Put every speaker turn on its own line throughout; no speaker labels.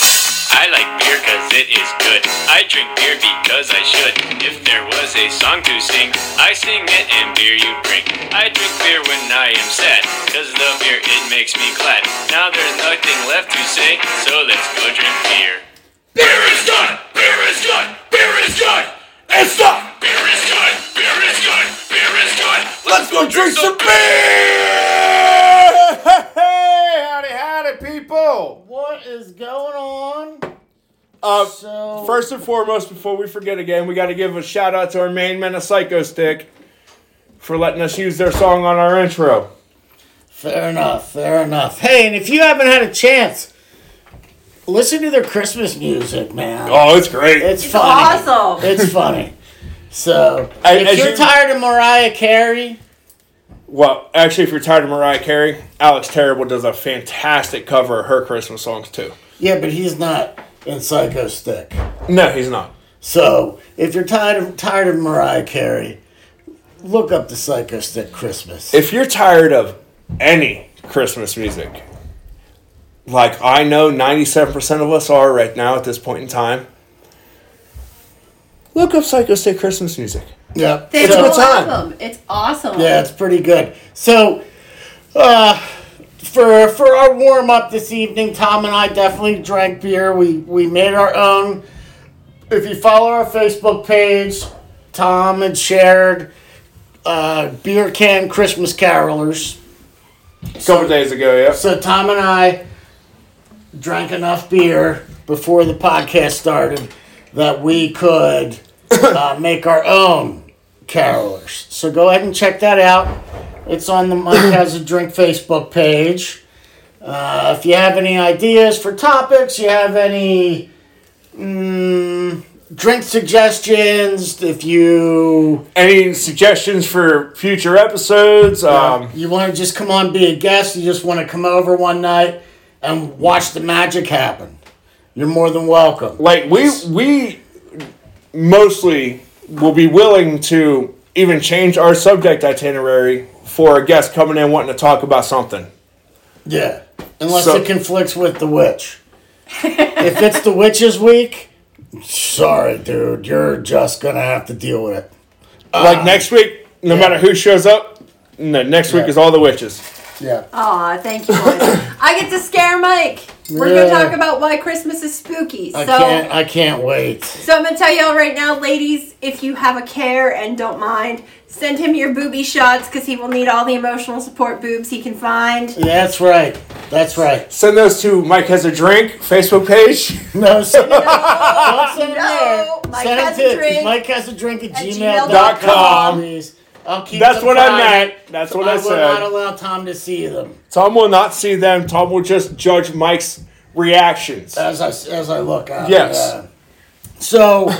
I like beer cause it is good. I drink beer because I should. If there was a song to sing, I sing it and beer you bring. I drink beer when I am sad, cause the beer it makes me glad. Now there's nothing left to say, so let's go drink beer.
Beer is good! Beer is good! Beer is good! It's not! Beer is good! Beer is good! Beer is good! Let's go drink some beer!
Hey, hey, howdy, howdy, people!
What is going on?
Uh,
So
first and foremost, before we forget again, we got to give a shout out to our main man, a Psycho Stick, for letting us use their song on our intro.
fair enough, fair enough. Hey, and if you haven't had a chance, listen to their Christmas music, man.
Oh, it's great!
It's
It's
funny.
awesome.
It's funny. So
And as
if you're
you-
tired of Mariah Carey,
Well, actually, if you're tired of Mariah Carey, Alex Terrible does a fantastic cover of her Christmas songs too.
yeah, but he's not in Psycho Stick.
No, he's not.
So if you're tired of tired of Mariah Carey, look up the Psycho Stick Christmas.
If you're tired of any Christmas music, like I know 97% of us are right now at this point in time, look up Psycho State Christmas music.
yep.
They
It's
have
a
a
good
lot
time.
of 'em. It's awesome.
Yeah, it's pretty good. So, uh, for for our warm up this evening, Tom and I definitely drank beer. We we made our own. If you follow our Facebook page, Tom had shared uh, beer can Christmas carolers.
A couple days ago, yeah.
So Tom and I drank enough beer before the podcast started that we could uh, make our own carolers. So go ahead and check that out. It's on the Mike Has a Drink Facebook page. Uh, if you have any ideas for topics, you have any mm, drink suggestions, if you
Any suggestions for future episodes? Um,
you want to just come on be a guest you just want to come over one night and watch the magic happen you're more than welcome
like we we mostly will be willing to even change our subject itinerary for a guest coming in wanting to talk about something.
yeah unless
So-
it conflicts with the witch if it's the witch's week sorry dude you're just gonna have to deal with it
like next week, no matter who shows up, no, next week
Yeah.
is all the witches.
yeah
Aw, thank you. Lauren. I get to scare Mike. We're gonna
Yeah.
talk about why Christmas is spooky.
i
so,
can't i can't wait
so I'm gonna tell y'all right now, ladies, if you have a care and don't mind, send him your booby shots because he will need all the emotional support boobs he can find.
yeah, that's right that's right
Send those to Mike has a drink Facebook page.
no send it, don't send it
No,
there
Mike
send
has
it
a
to
drink
mike has a drink at,
at
gmail.com,
gmail.com.
please. I'll keep
That's
them
what I
private.
meant. That's what I,
will not
said.
allow Tom to see them.
Tom will not see them. Tom will just judge Mike's reactions.
As I as I look out.
Yes.
yeah. So,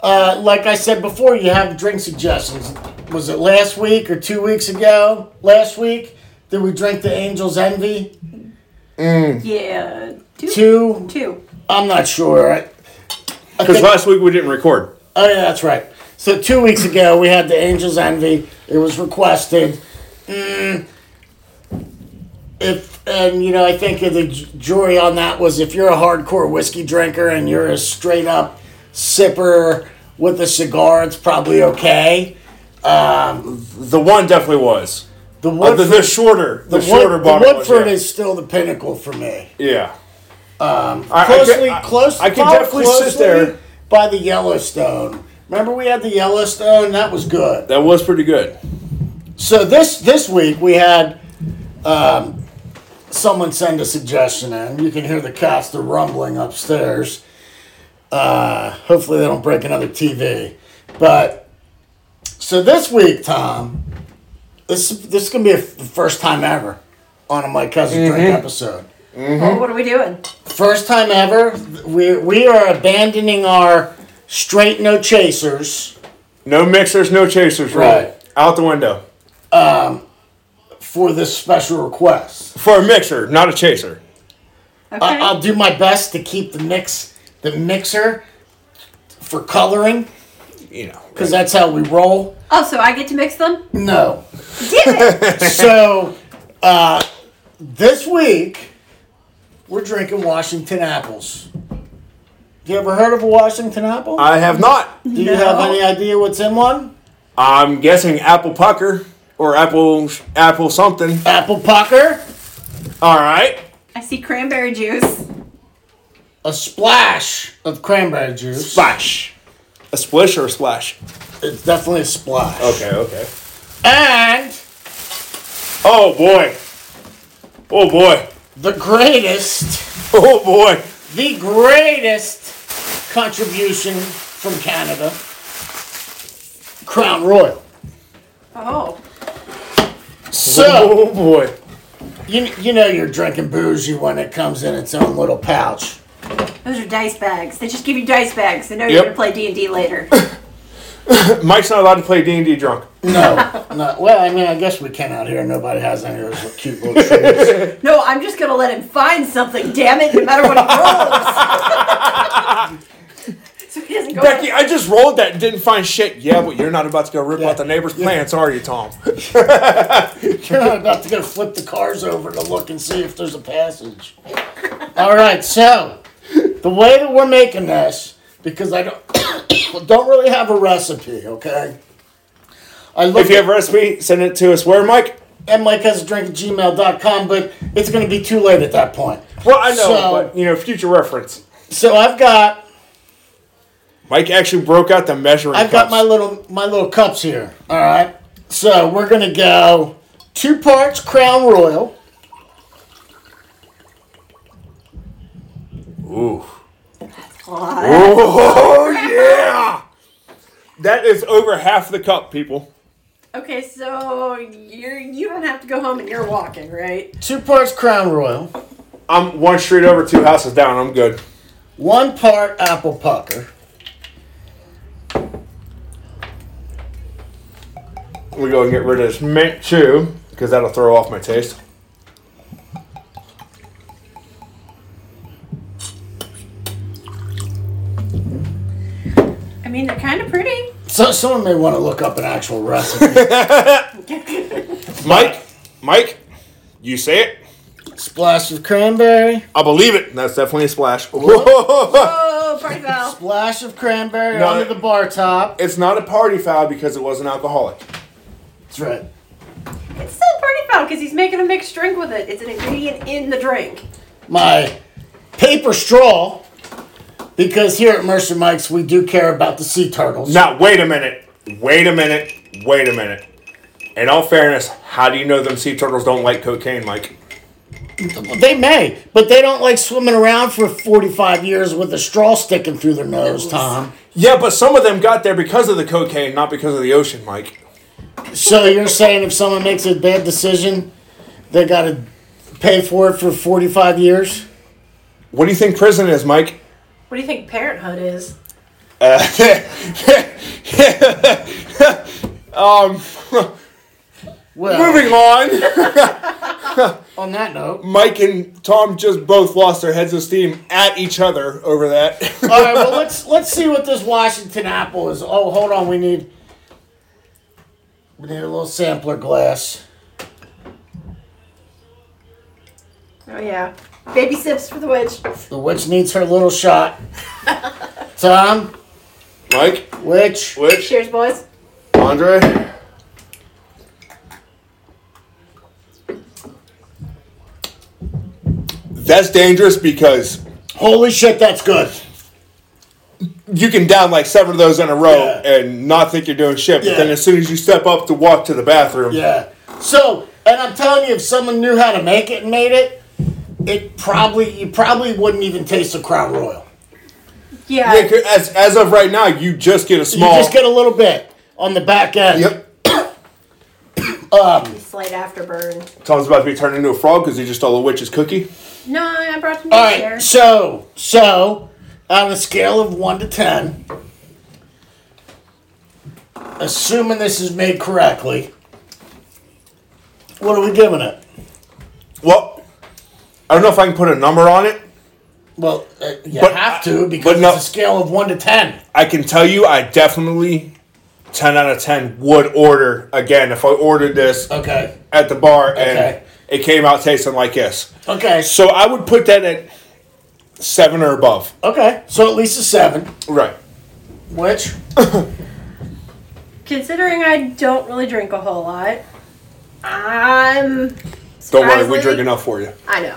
uh, like I said before, you have drink suggestions. Was it last week or two weeks ago? Last week, did we drink the Angel's Envy?
Yeah, two,
Two?
two.
I'm not sure. I- I
Because
think-
last week we didn't record.
Oh yeah, that's right. So two weeks ago we had the Angels Envy. It was requested. Mm, if and you know, I think the j- jury on that was if you're a hardcore whiskey drinker and you're a straight up sipper with a cigar, it's probably okay.
The one definitely was.
The
Uh, the,
Woodford,
the shorter, the,
the Wood-
shorter
the
bottle. was,
Woodford
yeah.
is still the pinnacle for me.
yeah. Um, I,
closely,
I,
close.
I can
followed
definitely sit there.
closely by the Yellowstone. Remember, we had the Yellowstone. That was good.
That was pretty good.
So this this week we had um, someone send a suggestion in. You can hear the cats; they're rumbling upstairs. Uh, hopefully, they don't break another TV. But so this week, Tom, this this is gonna be a f- the first time ever on a my cousin drink episode. Mm-hmm.
Oh, what are we doing?
First time ever. We we are abandoning our straight no chasers.
No mixers, no chasers. rule.
Right.
Out the window
For this special request,
for a mixer, not a chaser.
Okay.
I, I'll do my best to keep the mix, the mixer, for coloring
You know.
because that's how we roll.
oh, so I get to mix them?
No,
Give it.
so uh, this week we're drinking Washington apples. You ever heard of a Washington apple?
I have not.
Do you have any idea what's in one?
I'm guessing apple pucker or apple apple something.
Apple pucker,
All right.
I see cranberry juice.
a splash of cranberry juice.
Splash. A splish or a splash?
It's definitely a splash.
okay.
And
Oh boy. Oh boy.
the greatest,
Oh boy.
the greatest contribution from Canada, Crown Royal.
Oh.
So
Oh boy.
you you know you're drinking boozy when it comes in its own little pouch.
Those are dice bags. They just give you dice bags. They know
Yep.
you're gonna play D and D later.
Mike's not allowed to play D and D drunk.
No, no. Well, I mean, I guess we can out here. Nobody has any of those cute little trees.
no, I'm just gonna let him find something. Damn it! No matter what it rolls. so he doesn't go.
Becky, I just rolled that and didn't find shit. Yeah, but you're not about to go rip
Yeah.
out the neighbor's plants, are you, Tom?
You're not about to go flip the cars over to look and see if there's a passage. All right, so the way that we're making this, because I don't don't really have a recipe, okay? I look
if you
at,
have a recipe, send it to us. Where, Mike?
at Mike has a drink at gmail.com, but it's going to be too late at that point.
Well, I know,
So-
but you know, future reference.
So I've got
Mike actually broke out the measuring.
I've got
cups.
my little my little cups here. All right. So we're gonna go two parts Crown Royal.
Oh,
Oh yeah! That is over half the cup, people.
okay, so you're you don't have to go home and you're walking, right?
Two parts Crown Royal.
I'm one street over, two houses down. I'm good.
One part apple pucker.
We go and get rid of this mint too, because that'll throw off my taste.
I mean, they're kind of pretty.
So someone may want to look up an actual recipe.
Mike, Mike, you say it.
splash of cranberry.
I believe it. That's definitely a splash. Whoa.
Oh, party foul.
Splash of cranberry
No.
under the bar top.
it's not a party foul because it was an alcoholic.
That's right.
It's still a party foul because he's making a mixed drink with it. It's an ingredient in the drink.
My paper straw. Because here at Mercer Mike's, we do care about the sea turtles.
Now wait a minute. Wait a minute. Wait a minute. In all fairness, how do you know them sea turtles don't like cocaine, Mike?
They may, but they don't like swimming around for 45 years with a straw sticking through their nose, Tom.
Yeah, but some of them got there because of the cocaine, not because of the ocean, Mike.
So you're saying if someone makes a bad decision, they got to pay for it for 45 years?
What do you think prison is, Mike?
What do you think Parenthood is?
Well,
Moving on.
on that note.
Mike and Tom just both lost their heads of steam at each other over that.
All right, well let's let's see what this Washington apple is. Oh, hold on, we need we need a little sampler glass.
Oh yeah, baby sips for the witch.
The witch needs her little shot. Tom,
Mike,
witch,
Witch,
Cheers, boys.
Andre. That's dangerous because
holy shit, that's good.
you can down like seven of those in a row
Yeah.
and not think you're doing shit, but
Yeah.
then as soon as you step up to walk to the bathroom,
Yeah. So, and I'm telling you, if someone knew how to make it and made it, it probably you probably wouldn't even taste the Crown Royal.
Yeah.
Yeah, 'cause as, as of right now, you just get a small.
You just get a little bit on the back end.
Yep.
Slight afterburn.
Tom's about to be turned into a frog because he just stole a witch's cookie.
No, I brought some
All
right.
right. So, so on a scale of one to ten, assuming this is made correctly, what are we giving it?
Well, I don't know if I can put a number on it.
Well, uh, you
But-
have to because
but no-
it's a scale of one to ten.
I can tell you, I definitely, 10 out of 10, would order again if I ordered this
Okay.
at the bar and
Okay.
it came out tasting like this.
Okay.
So I would put that at seven or above.
Okay, so at least a seven.
Right.
Which
Considering I don't really drink a whole lot, I'm.
Don't worry, we
surprisingly-
drink enough for you.
I know.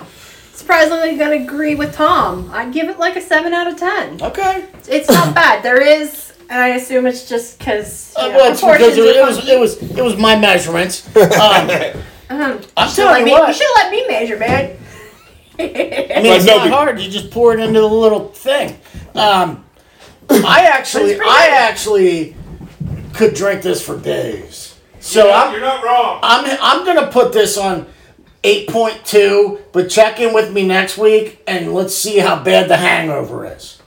Surprisingly, gonna agree with Tom. I'd give it like a seven out of ten.
okay,
It's not bad. There is, and I assume it's just because.
Uh, well, it's because it, it was it was it was my measurements. Um, I'm
Let
telling
me,
you
you
what,
should let me measure, man.
I mean,
Like,
it's
no,
not
be-
hard. You just pour it into the little thing. Um, I actually,
pretty
I
good.
actually could drink this for days. So I'm,
not wrong.
I'm I'm gonna put this on 8.2, but check in with me next week and let's see how bad the hangover is.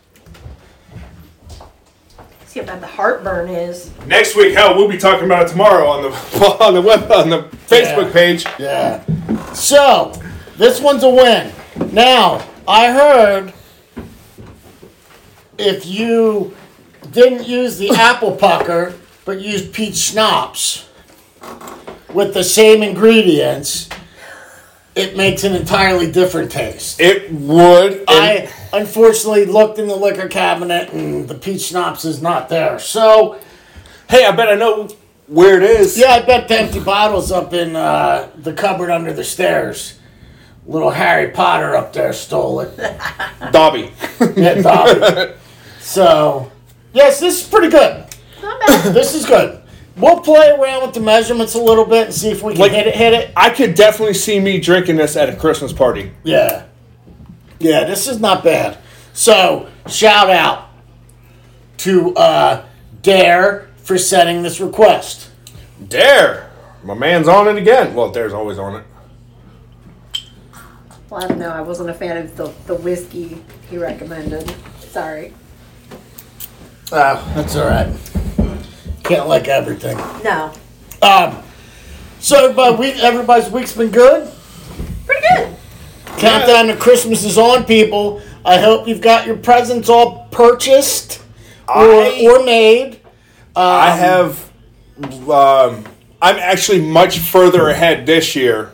See how bad the heartburn is.
Next week, hell, we'll be talking about it tomorrow on the on the web on the Facebook
Yeah.
page.
Yeah. So this one's a win. Now I heard if you didn't use the apple pucker but used peach schnapps with the same ingredients, it makes an entirely different taste.
It would. and-
I unfortunately looked in the liquor cabinet and the peach schnapps is not there. So
hey, I bet I know where it is.
yeah, I bet the empty bottles up in uh, the cupboard under the stairs. Little Harry Potter up there stole it.
Dobby.
Yeah, Dobby. so yes, this is pretty good.
Not bad.
This is good. We'll play around with the measurements a little bit and see if we can
Like-
hit it. Hit it.
I could definitely see me drinking this at a Christmas party.
Yeah. Yeah, this is not bad. So, shout out to uh, Dare for setting this request.
Dare, my man's on it again. Well, Dare's always on it.
well, I don't know. I wasn't a fan of the, the whiskey he recommended. Sorry.
Oh, that's all right. Can't like everything.
No.
Um, so everybody, week, everybody's week's been good.
Pretty good.
Countdown to Christmas is on, people. I hope you've got your presents all purchased or,
I-
or made.
I have. Um, I'm actually much further ahead this year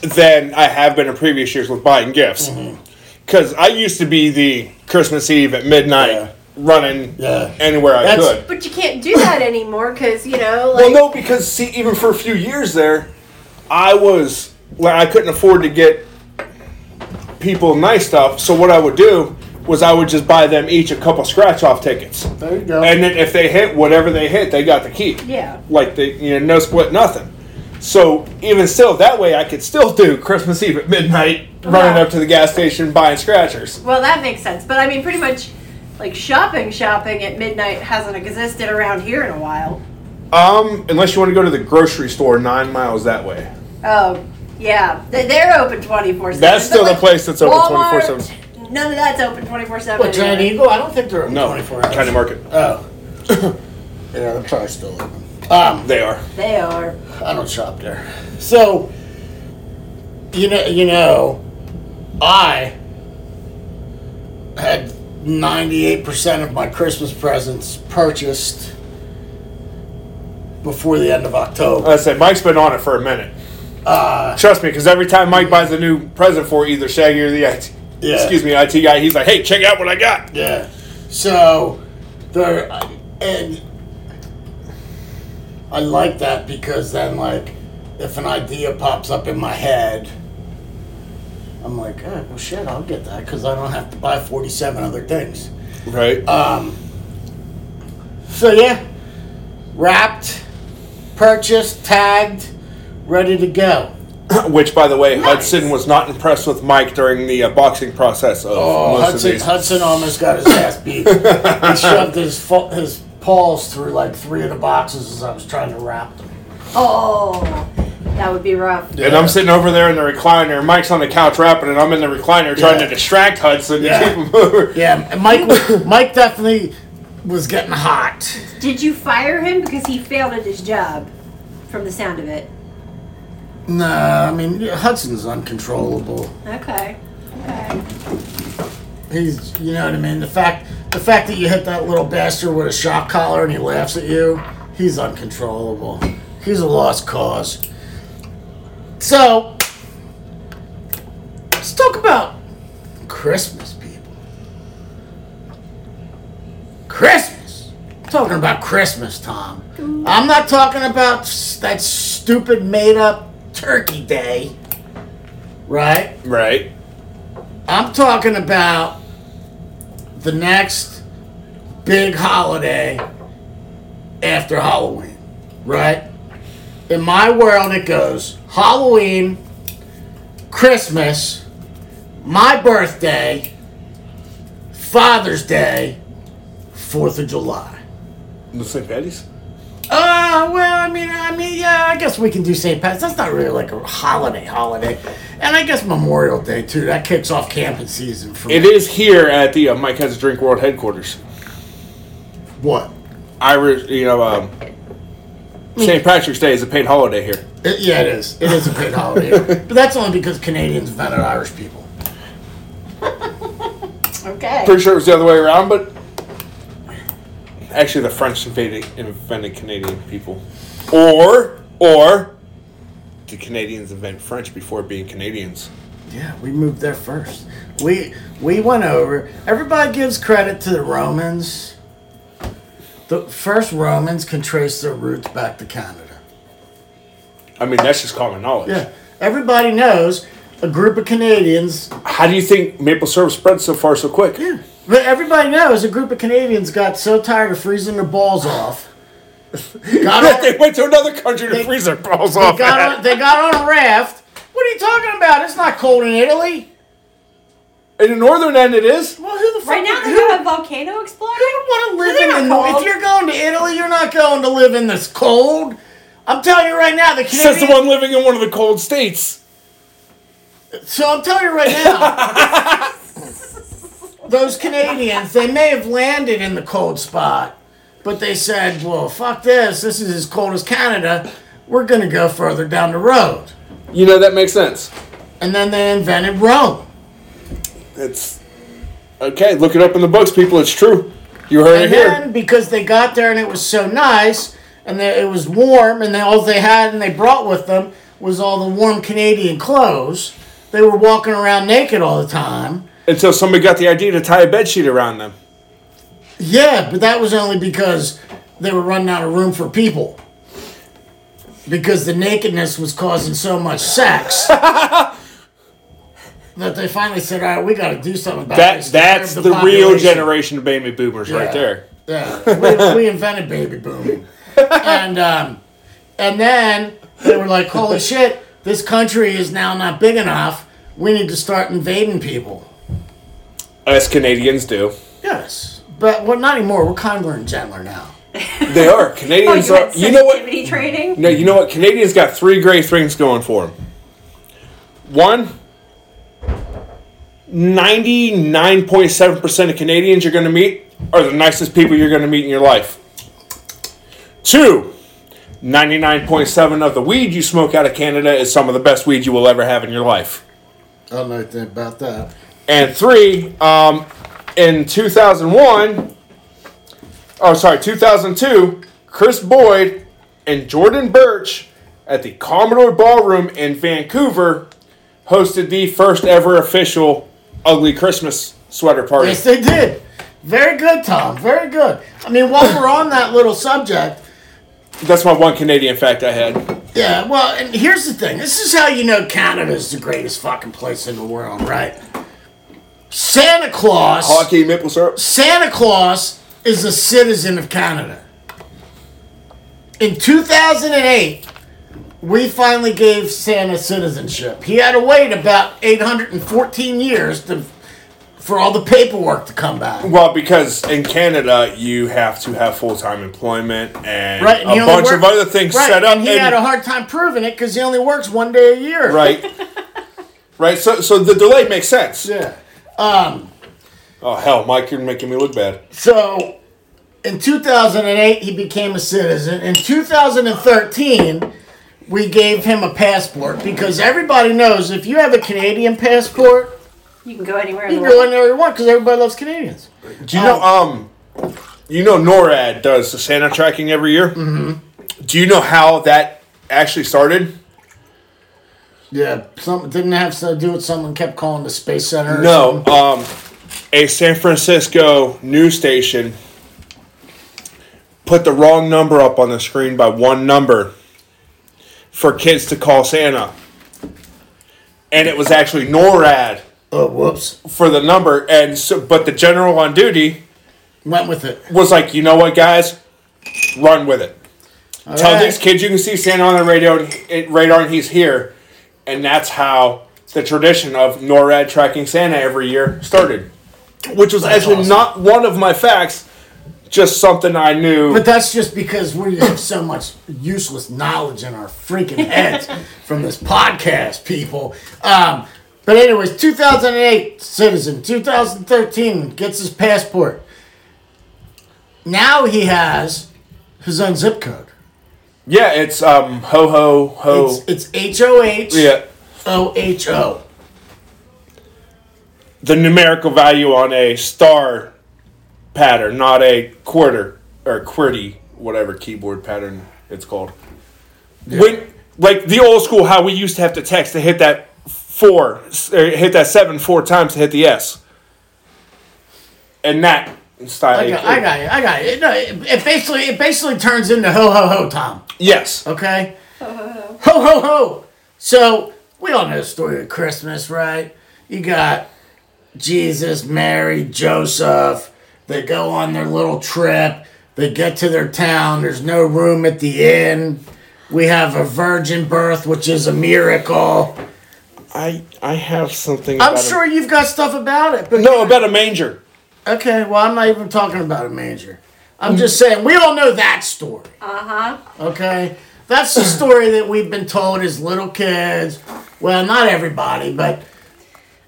than I have been in previous years with buying gifts.
Mm-hmm.
Because I used to be the Christmas Eve at midnight
Yeah.
running
Yeah.
anywhere I
That's-
could.
But you can't do that anymore because, you know,
Well,
like.
no, because see, even for a few years there, I was like I couldn't afford to get people nice stuff. So what I would do was I would just buy them each a couple scratch off tickets,
There you go.
and then if they hit whatever they hit, they got the key.
Yeah.
like they you know no split nothing. So even still, that way I could still do Christmas Eve at midnight, running
Yeah.
up to the gas station buying scratchers.
Well, that makes sense. But I mean, pretty much, like, shopping, shopping at midnight hasn't existed around here in a while.
Um, unless you want to go to the grocery store nine miles that way.
Oh, yeah. They- They're open 24 7.
That's still the place that's open 24/7.
None of that's open 24 7.
What, Giant Eagle? I don't think they're open
No,
24 hours.
County Market.
Oh. yeah, they're probably still open. Um,
They are.
They are.
I don't shop there. So, you know, you know, I had 98% of my Christmas presents purchased before the end of October.
I said Mike's been on it for a minute.
Uh,
Trust me, because every time Mike buys a new present for either Shaggy or the IT,
Yeah.
excuse me, IT guy, he's like, "Hey, check out what I got."
Yeah. So, there, and I like that because then, like, if an idea pops up in my head, I'm like, oh, well, shit, I'll get that because I don't have to buy 47 other things.
Right.
So yeah, wrapped, purchased, tagged, ready to go.
Which, by the way,
Nice.
Hudson was not impressed with Mike during the uh, boxing process of
Oh,
most of
Hudson,
these.
Hudson almost got his ass beat. he shoved his fa- his paws through like three of the boxes as I was trying to wrap them.
Oh, that would be rough.
And I'm sitting over there in the recliner. Mike's on the couch rapping, and I'm in the recliner trying
Yeah.
to distract Hudson
Yeah.
to keep him over.
Yeah, and Mike was- Mike definitely was getting hot.
Did you fire him because he failed at his job? From the sound of it.
Nah, I mean yeah, Hudson's uncontrollable.
Okay. Okay.
He's you know what I mean. The fact the fact that you hit that little bastard with a shock collar and he laughs at you, he's uncontrollable. He's a lost cause. So let's talk about Christmas, people. Christmas. I'm talking about Christmas, Tom. I'm not talking about s- that stupid made up Turkey Day, right?
Right.
I'm talking about the next big holiday after Halloween, right? In my world, it goes Halloween, Christmas, my birthday, Father's Day, Fourth of July.
The St. Patty's?
Uh, well, I mean, I mean, yeah, I guess we can do St. Pat's. That's not really like a holiday holiday, and I guess Memorial Day too. That kicks off camping season for
It
me.
is here at the uh, Mike Has a Drink World headquarters.
what?
Irish, you know, um, St. Patrick's Day is a paid holiday here.
It- yeah, it is. It is a paid holiday, but that's only because Canadians invented Irish people.
Okay.
Pretty sure it was the other way around, but actually, the French invaded, invented Canadian people, or or did Canadians invent French before being Canadians?
Yeah, we moved there first. We we went over. Everybody gives credit to the Romans. The first Romans can trace their roots back to Canada.
I mean, that's just common knowledge.
Yeah, everybody knows a group of Canadians
How do you think maple syrup spread so far so quick? Yeah.
But everybody knows a group of Canadians got so tired of freezing their balls off. Got on,
They went to another country to freeze their balls off.
got on-
at.
they got on a raft. What are you talking about? It's not cold in Italy.
In the northern end, it is.
Well, who the
Right
fuck?
now they
who,
have a volcano Oh, exploding.
don't want to live
They're
in the
not
north. If
cold.
you're going to Italy, you're not going to live in this cold. I'm telling you right now, the
Says
Canadians.
the one living in one of the cold states.
So I'm telling you right now, those Canadians, they may have landed in the cold spot, but they said, well, fuck this. This is as cold as Canada. We're going to go further down the road.
You know that makes sense.
And then they invented Rome.
It's okay. Look it up in the books, people. It's true. You heard it
And
here.
then because they got there and it was so nice and they, it was warm and they, all they had and they brought with them was all the warm Canadian clothes, they were walking around naked all the time.
Until somebody got the idea to tie a bed sheet around them.
Yeah, but that was only because they were running out of room for people. Because the nakedness was causing so much sex that they finally said, "All right, we got to do something about
That
this." to
that's
curb
the, real
population."
generation of baby boomers right
Yeah.
there.
Yeah, we, we invented baby booming, and um, and then they were like, "Holy shit, this country is now not big enough. We need to start invading people."
Us Canadians do.
Yes, but well, not anymore. We're kinder and gentler now.
They are
Oh,
Canadians
you
are.
had
You know what?
sensitivity training.
No, you know what? Canadians got three great things going for them. One. 99.7% of Canadians you're going to meet are the nicest people you're going to meet in your life. Two, 99.7 of the weed you smoke out of Canada is some of the best weed you will ever have in your life.
I don't know anything about that.
And three, um, in 2001, oh, sorry, 2002, Chris Boyd and Jordan Birch at the Commodore Ballroom in Vancouver hosted the first ever official Ugly Christmas sweater party.
Yes, they did. Very good, Tom. Very good. I mean, while we're on that little subject,
That's my one Canadian fact I had.
yeah, well, and here's the thing this is how you know Canada is the greatest fucking place in the world, right? Santa Claus.
Hockey maple syrup.
Santa Claus is a citizen of Canada. In 2008, we finally gave Santa citizenship. He had to wait about 814 years to, for all the paperwork to come back.
Well, because in Canada you have to have full time employment and
right, and he
a
only
bunch
worked-
of other things
right,
set up.
And he
and-
had a hard time proving it because he only works one day a year.
right, right. So, so the delay makes sense.
Yeah.
Oh hell, Mike, you're making me look bad.
So in 2008, he became a citizen. In 2013, we gave him a passport because everybody knows if you have a Canadian passport,
You can go anywhere
you
in the
can go
world.
anywhere you want because everybody loves Canadians.
Do you know um, you know NORAD does the Santa tracking every year. Mm-hmm. Do you know how that actually started?
Yeah, something didn't have to do with someone kept calling the space center. or
No, um, a San Francisco news station put the wrong number up on the screen by one number for kids to call Santa. And it was actually NORAD
Oh, whoops.
for the number and so, but the general on duty
Went with it.
was like, "You know what, guys? Run with it. Tell
right.
these kids you can see Santa on the radio and, it, radar and he's here." And that's how the tradition of NORAD tracking Santa every year started. Which was actually
awesome.
not one of my facts, just something I knew.
But that's just because we have so much useless knowledge in our freaking heads from this podcast, people. Um, but anyways, 2008 citizen, 2013 gets his passport. Now he has his own zip code.
yeah, it's um ho ho ho.
It's it's H O H
yeah.
O H O.
The numerical value on a star pattern, not a quarter or QWERTY, whatever keyboard pattern it's called. When like the old school, how we used to have to text to hit that four, or hit that seven four times to hit the S, and that style.
I got, I got you. I got you. No, it, it basically it basically turns into ho ho ho, Tom.
Yes,
Okay. Ho ho ho. So we all know the story of Christmas, right? You got Jesus, Mary, Joseph. They go on their little trip. They get to their town. There's no room at the inn. We have a virgin birth, which is a miracle.
I I have something.
I'm
about a-
sure you've got stuff about it, but
no, about a manger.
Okay, well, I'm not even talking about a manger. I'm just saying, we all know that story. Uh
Uh-huh.
huh. Okay? That's the story that we've been told as little kids. Well, not everybody, but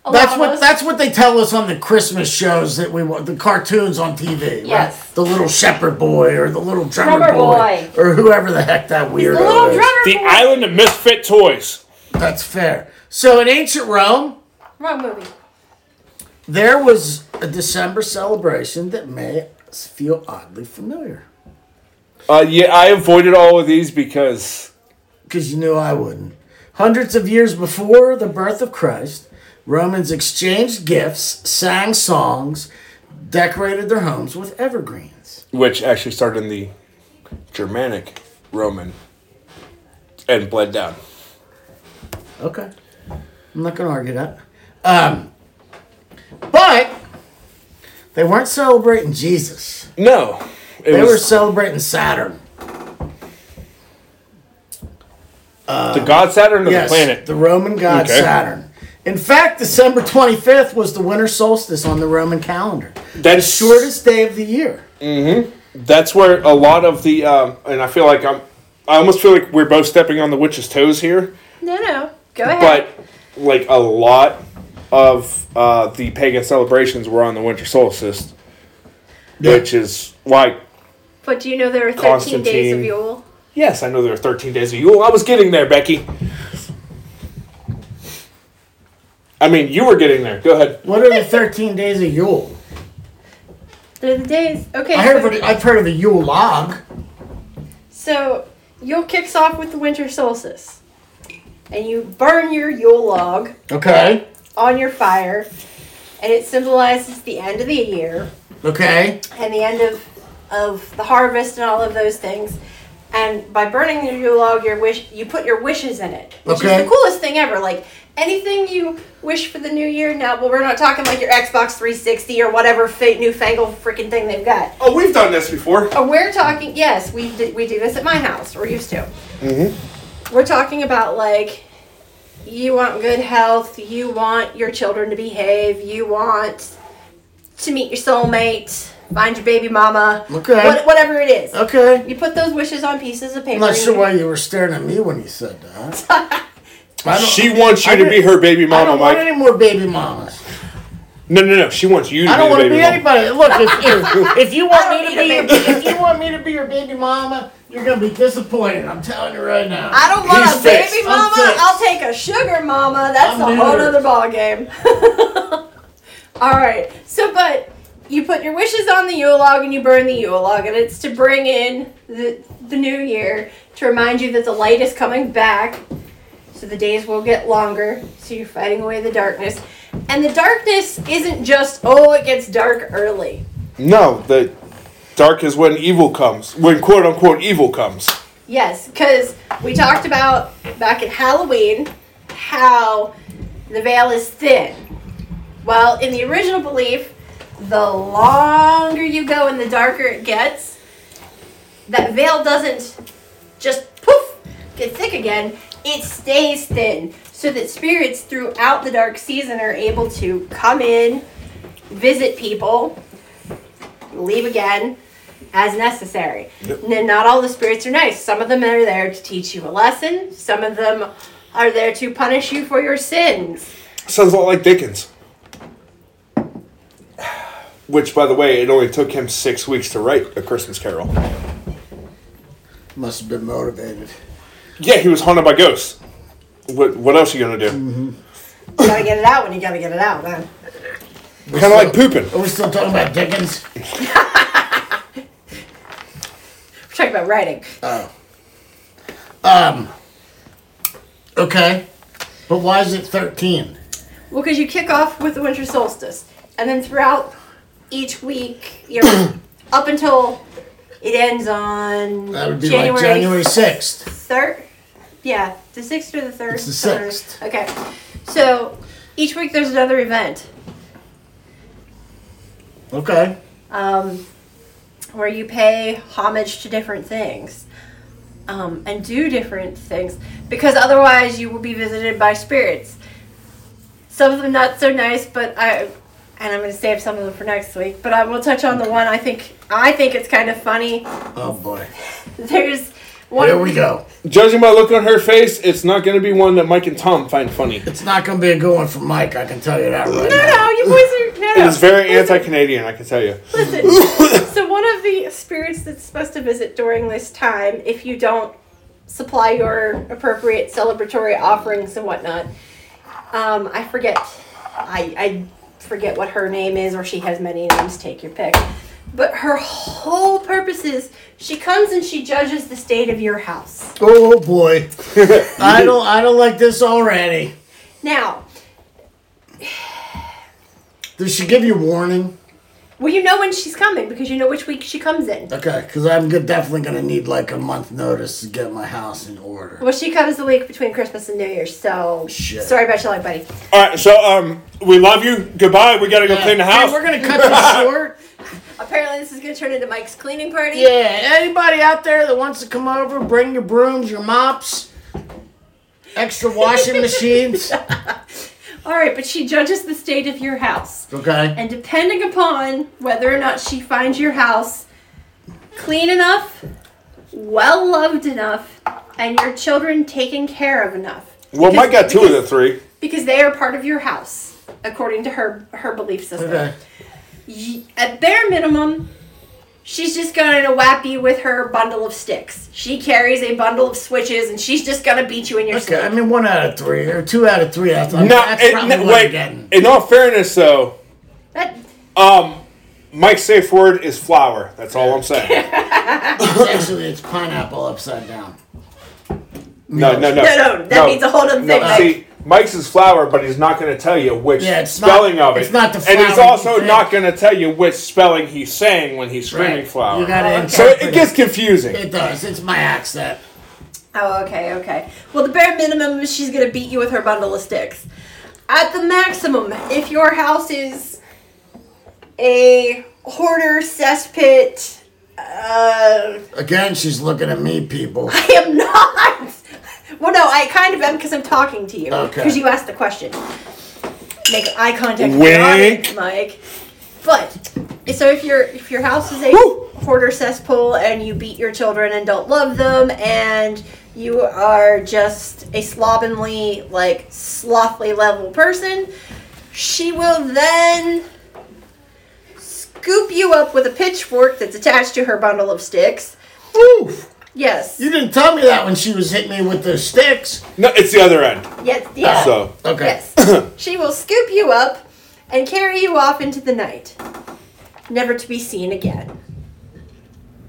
A lot
that's
of
what
us-
that's what they tell us on the Christmas shows that we watch, the cartoons on TV. right?
Yes.
The little shepherd boy or the little drummer,
Drummer
boy,
boy.
or whoever the heck that weirdo
the little
is.
drummer.
The
boy.
island of misfit toys.
That's fair. So in ancient Rome,
Wrong movie.
there was a December celebration that may feel oddly familiar
Uh, yeah, I avoided all of these because
because you knew I wouldn't. Hundreds of years before the birth of Christ, Romans exchanged gifts, sang songs, decorated their homes with evergreens.
which actually started in the Germanic Roman and bled down.
Okay. I'm not going to argue that. Um, but they weren't celebrating Jesus,
No, it
they
was
were celebrating Saturn.
the god Saturn of
uh, Yes,
the planet.
the Roman god
Okay.
Saturn. In fact, December 25th was the winter solstice on the Roman calendar.
That's
Shortest day of the year.
That's where a lot of the um, and I feel like I'm. I almost feel like we're both stepping on the witch's toes here,
No, no. Go ahead.
but like a lot of uh, the pagan celebrations were on the winter solstice, which is why.
But do you know there are 13 days
Constantine.
of Yule?
Yes, I know there are 13 days of Yule. I was getting there, Becky. I mean, you were getting there. Go ahead.
What are the 13 days of Yule?
They're the days. Okay.
I
so-
heard of, I've heard of a Yule log.
So Yule kicks off with the winter solstice, and you burn your Yule log
Okay.
on your fire, and it symbolizes the end of the year
Okay.
and the end of of the harvest and all of those things. And by burning your Yule log, your wish you put your wishes in it, which
Okay.
is the coolest thing ever. Like anything you wish for the new year. Now, well, we're not talking like your Xbox 360 or whatever fake newfangled freaking thing they've got.
Oh, we've done this before.
Oh, we're talking. Yes, we do, we do this at my house. We're used to.
Mm-hmm.
We're talking about like you want good health. You want your children to behave. You want to meet your soulmate. Find your baby mama.
Okay.
What, whatever it is.
Okay.
You put those wishes on pieces of paper.
I'm not
and
sure
you-
why you were staring at me when you said that. I don't,
She wants you
I
to be
didn't-
her baby
I
mama,
don't want
Mike.
any more baby mamas.
No, no, no. She wants you to
I don't
be
want
the
to
baby
be
mama.
anybody. Look, if, if, if you want me
I don't
to be
need a
your, if you want me to be your baby mama, you're gonna be disappointed. I'm telling you right now.
I don't want
He's
a baby
fixed.
I'm
mama.
fixed.
I'll take a sugar mama. That's
I'm
a whole
neutered.
other ball game. All right. So, but you put your wishes on the Yule log and you burn the Yule log, and it's to bring in the the new year to remind you that the light is coming back. So so the days will get longer. So you're fighting away the darkness. And the darkness isn't just, oh, it gets dark early.
No, the dark is when evil comes. When quote unquote evil comes.
Yes, because we talked about back at Halloween how the veil is thin. Well, in the original belief, the longer you go and the darker it gets, that veil doesn't just poof get thick again. It stays thin so that spirits throughout the dark season are able to come in, visit people, leave again as necessary. N- Not all the spirits are nice. Some of them are there to teach you a lesson, some of them are there to punish you for your sins.
Sounds a lot like Dickens. Which, by the way, it only took him six weeks to write A Christmas Carol.
Must have been motivated.
Yeah, he was haunted by ghosts. What, what else are you gonna do?
Mm-hmm.
You gotta get it out when you gotta get it out, man.
Kind of like pooping.
Are we still talking about Dickens?
We're talking about writing.
Oh. Um, Okay. But why is it 13?
Well, because you kick off with the winter solstice, and then throughout each week, you know, up until it ends on
That would be like January 6th.
third. Yeah, the sixth or the third.
It's the
somewhere.
sixth.
Okay, so each week there's another event
Okay.
um, where you pay homage to different things um, and do different things because otherwise you will be visited by spirits. Some of them not so nice, but I and I'm going to save some of them for next week. But I will touch on the one I think I think it's kind of funny.
Oh boy.
There's one.
Here we go.
Judging by the look on her face, it's not gonna be one that Mike and Tom find funny.
It's not going to be a good one for Mike, I can tell you that right
No,
now.
no, you boys are no.
It
no.
is very anti-Canadian, I can tell you.
Listen, so one of the spirits that's supposed to visit during this time, if you don't supply your appropriate celebratory offerings and whatnot, um, I forget, I, I forget what her name is, or she has many names. Take your pick. But her whole purpose is she comes and she judges the state of your house.
Oh boy. I don't I don't like this already.
Now,
Does she give you warning?
well, you know when she's coming because you know which week she comes in.
Okay, because I'm go- definitely going to need like a month notice to get my house in order.
Well, she comes the week between Christmas and New Year's, so
Shit.
sorry about your luck, buddy.
All right, so um, we love you. Goodbye. We gotta go clean the
Hey,
house.
we're going to cut this short.
Apparently, this is going to turn into Mike's cleaning party.
Yeah, anybody out there that wants to come over, bring your brooms, your mops, extra washing machines.
All right, but she judges the state of your house.
Okay.
And depending upon whether or not she finds your house clean enough, well loved enough, and your children taken care of enough.
well, Mike got two of the
because-
three.
Because they are part of your house, according to her her belief system.
Okay.
Y- At bare minimum, she's just going to whap you with her bundle of sticks. She carries a bundle of switches, and she's just going to beat you in your
Okay. I
sleep.
mean, one out of three or two out of three. That's, I mean,
No,
that's
it-
probably
no,
what I'm
wait.
getting.
In all fairness, though, um,
That-
Mike's safe word is flour. That's all I'm saying.
It's actually, it's pineapple upside down.
No, no, no.
No, no, that means a whole other
no,
thing, Mike.
See, Mike's is flour, but he's not going to tell you which
Yeah, it's not-
spelling of it.
it's not the
and he's
flour you
also
think.
not going to tell you which spelling he's saying when he's screaming
Right.
flour.
You gotta
so it,
interpret
gets confusing.
It does. It's my accent.
Oh, okay, okay. Well, the bare minimum is she's gonna beat you with her bundle of sticks. At the maximum, if your house is a hoarder cesspit, uh,
Again, she's looking at me, people.
I am not. Well, no, I kind of am because I'm talking to you.
Okay.
Because you asked the question. Make eye contact. with
Wink.
the audience, Mike. But so if your if your house is a hoarder cesspool and you beat your children and don't love them and you are just a slovenly, like slothly level person, she will then scoop you up with a pitchfork that's attached to her bundle of sticks.
Oof.
Yes.
You didn't tell me that when she was hitting me with those sticks.
No, it's the other end.
Yes. Yeah.
So
Okay.
Yes. she will scoop you up and carry you off into the night, never to be seen again.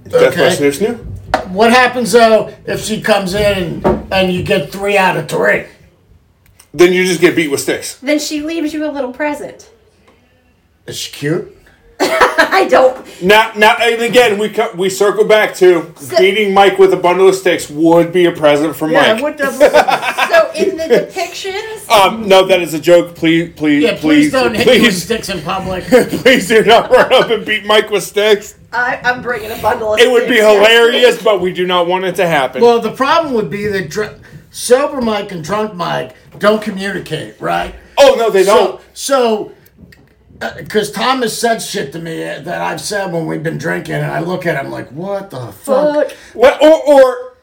that's my
Okay.
snoo snoo.
What happens though if she comes in and you get three out of three?
then you just get beat with sticks.
Then she leaves you a little present.
Is she cute?
I don't.
Now, now, and again, we co- we circle back to
So-
beating Mike with a bundle of sticks would be a present for Mike.
what the?
So in the depictions,
Um, no, that is a joke. Please, please,
yeah, please,
please,
don't hit me with
please,
sticks in public.
please do not run up and beat Mike with sticks.
I, I'm bringing a bundle. Of
It would be
sticks.
hilarious, but we do not want it to happen.
well, the problem would be that dr- sober Mike and drunk Mike don't communicate, right?
oh no, they
So,
don't.
so, because Tom has said shit to me that I've said when we've been drinking, and I look at him like, what the fuck?
Fuck.
Well, or or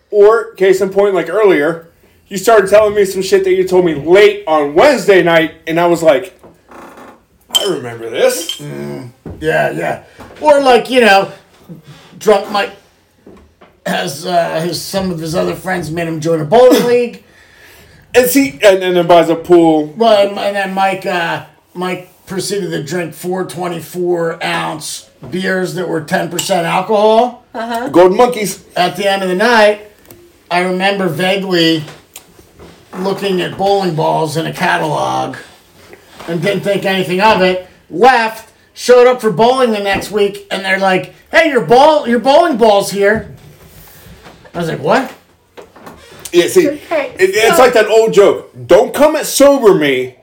or case in point, like earlier, you started telling me some shit that you told me late on Wednesday night, and I was like, I remember this.
Yeah, yeah. Or like you know, drunk Mike has uh, his some of his other friends made him join a bowling league.
And see, and, and then buys a pool.
Well, and, and then Mike uh, Mike proceeded to drink four 24 ounce beers that were ten percent alcohol.
Golden monkeys.
at the end of the night, I remember vaguely looking at bowling balls in a catalog and didn't think anything of it. Left, showed up for bowling the next week, and they're like, "Hey, your ball, your bowling ball's here." I was like, "What?"
Yeah, see,
Okay,
it- it's
so-
like that old joke. Don't come at sober me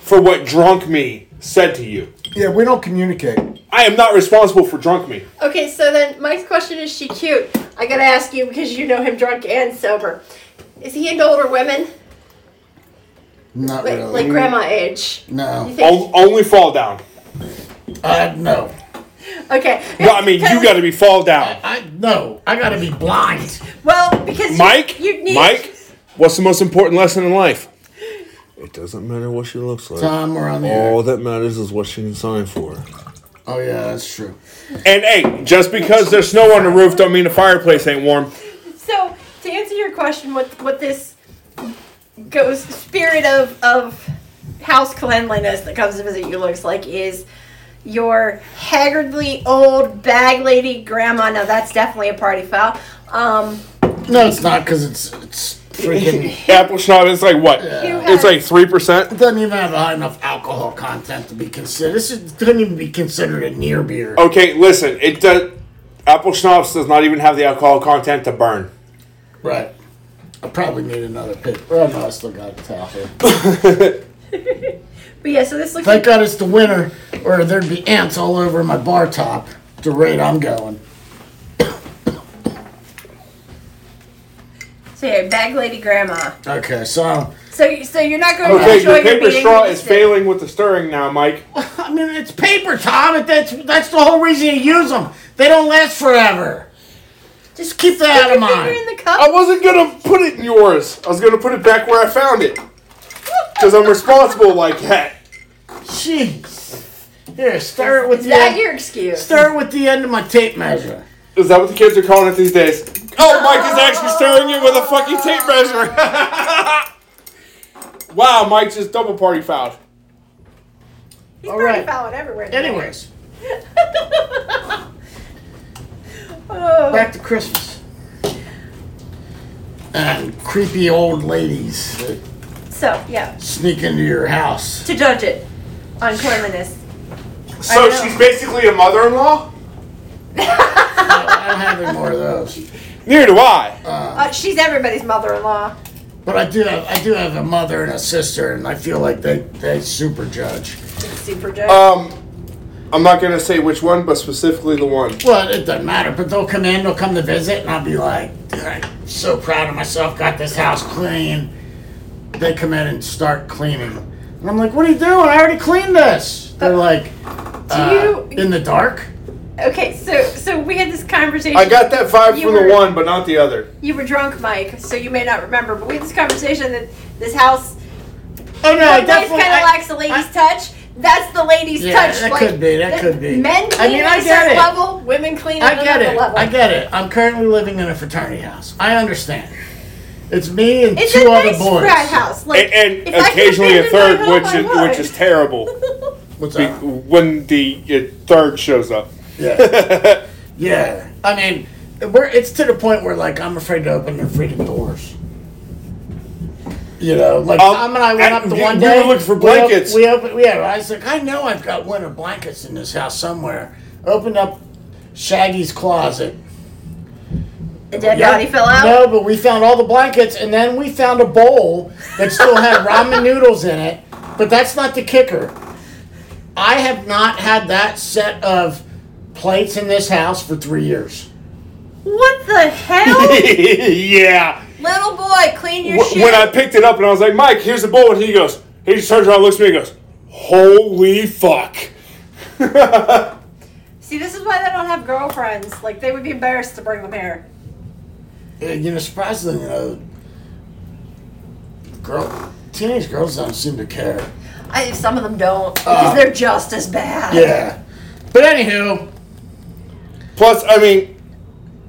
for what drunk me said to you.
Yeah, we don't communicate.
I am not responsible for drunk me.
Okay, so then Mike's question is she cute? I gotta ask you because you know him drunk and sober. Is he into older women?
Not
Like,
really.
like grandma age? You
no,
think-
O- only fall down.
uh, no,
Okay.
Well, I mean, you got to be fall down.
I no. I gotta be blind.
Well, because you-
Mike,
you need
Mike, what's the most important lesson in life? It doesn't matter what she looks like.
Tom, we're on the air.
that matters is what she can sign for.
Oh yeah, that's true.
And hey, just because there's snow on the roof don't mean the fireplace ain't warm.
So to answer your question, what what this goes spirit of of house cleanliness that comes to visit you looks like is your haggardly old bag lady grandma. Now that's definitely a party foul. Um,
No, it's not because it's it's freaking.
Apple schnob is like what?
who
It's
has-
like three percent.
doesn't even have high enough alcohol content to be considered. This is, couldn't even be considered a near beer.
Okay, listen. It does. Apple schnapps does not even have the alcohol content to burn.
Right. I probably need another pick. Oh no, I still got a towel here.
but yeah, so this looks
Thank
like
God it's the winter, or there'd be ants all over my bar top. The rate I'm going.
so yeah, bag lady grandma.
Okay, so
So so you're not going to
Okay,
enjoy
your
your
paper
meeting.
straw
with
is
the-
failing with the stirring now, Mike.
I mean it's paper, Tom. It- That's that's the whole reason you use them. They don't last forever. Just keep that out
Stick
of
your finger
mind.
in the cup.
I wasn't gonna put it in yours. I was gonna put it back where I found it. Cause I'm responsible like that.
Jeez. Here, start it with
Is
the
that
end,
your excuse?
start with the end of my tape measure.
Is that what the kids are calling it these days? Oh, Mike is actually stirring it with a fucking tape measure. wow, Mike just double party fouled.
He's
All
party
right.
fouling everywhere. today.
Anyways,
Oh.
back to Christmas. And creepy old ladies that
So yeah,
sneak into your house.
to judge it on cleanliness.
So
I know.
she's basically a mother-in-law.
I don't have any more of those.
Neither do I.
Uh, she's everybody's mother-in-law.
But I do have I do have a mother and a sister and I feel like they, they super judge.
Super judge.
Uh.
Um, I'm not gonna say which one, but specifically the one.
Well, it doesn't matter, but they'll come in, they'll come to visit, and I'll be like, dude, I'm so proud of myself, got this house clean. They come in and start cleaning. And I'm like, what are you doing? I already cleaned this. They're like, uh,
you-
in the dark?
okay, so so we had this conversation.
I got that vibe
You
from the
were-
one, but not the other.
you were drunk, Mike, so you may not remember, but we had this conversation that this house
Oh no, I
sometimes
definitely.
kind of
I-
lacks a lady's touch. That's the lady's
Yeah,
touch.
that
like,
could be, that
the-
could be.
Men clean
I mean,
at
I
a
get
certain
it.
level, women clean
I
at
get
another
it.
level.
I get it. I'm currently living in a fraternity house. I understand. It's me and
It's
two
a
other
nice
boys.
frat house. Like,
And, and
if I could
occasionally a
abandon my
third,
home,
which
I
is
would.
which is terrible
What's
be-
that?
when the uh, third shows up.
Yeah. yeah. I mean, we're, it's to the point where like I'm afraid to open their freaking doors. You know, like
Um,
Tom and I went up the
you-
one
we were
day.
looking for
we op-
blankets.
We opened. Yeah, I was like, I know I've got winter blankets in this house somewhere. Opened up Shaggy's closet.
The dead
Yeah.
body fell out.
No, but we found all the blankets, and then we found a bowl that still had ramen noodles in it. But that's not the kicker. I have not had that set of plates in this house for three years.
What the hell?
yeah.
Little boy, clean your
Wh-
shit.
When I picked it up and I was like, Mike, here's the bowl, and he goes, he just turns around, looks at me, and goes, holy fuck.
See, this is why they don't have girlfriends. Like, they would be embarrassed to bring them here.
Uh, You know, surprisingly, uh, girl, teenage girls don't seem to care.
I, some of them don't because they're just as bad.
Uh. Yeah. But anywho,
Plus, I mean,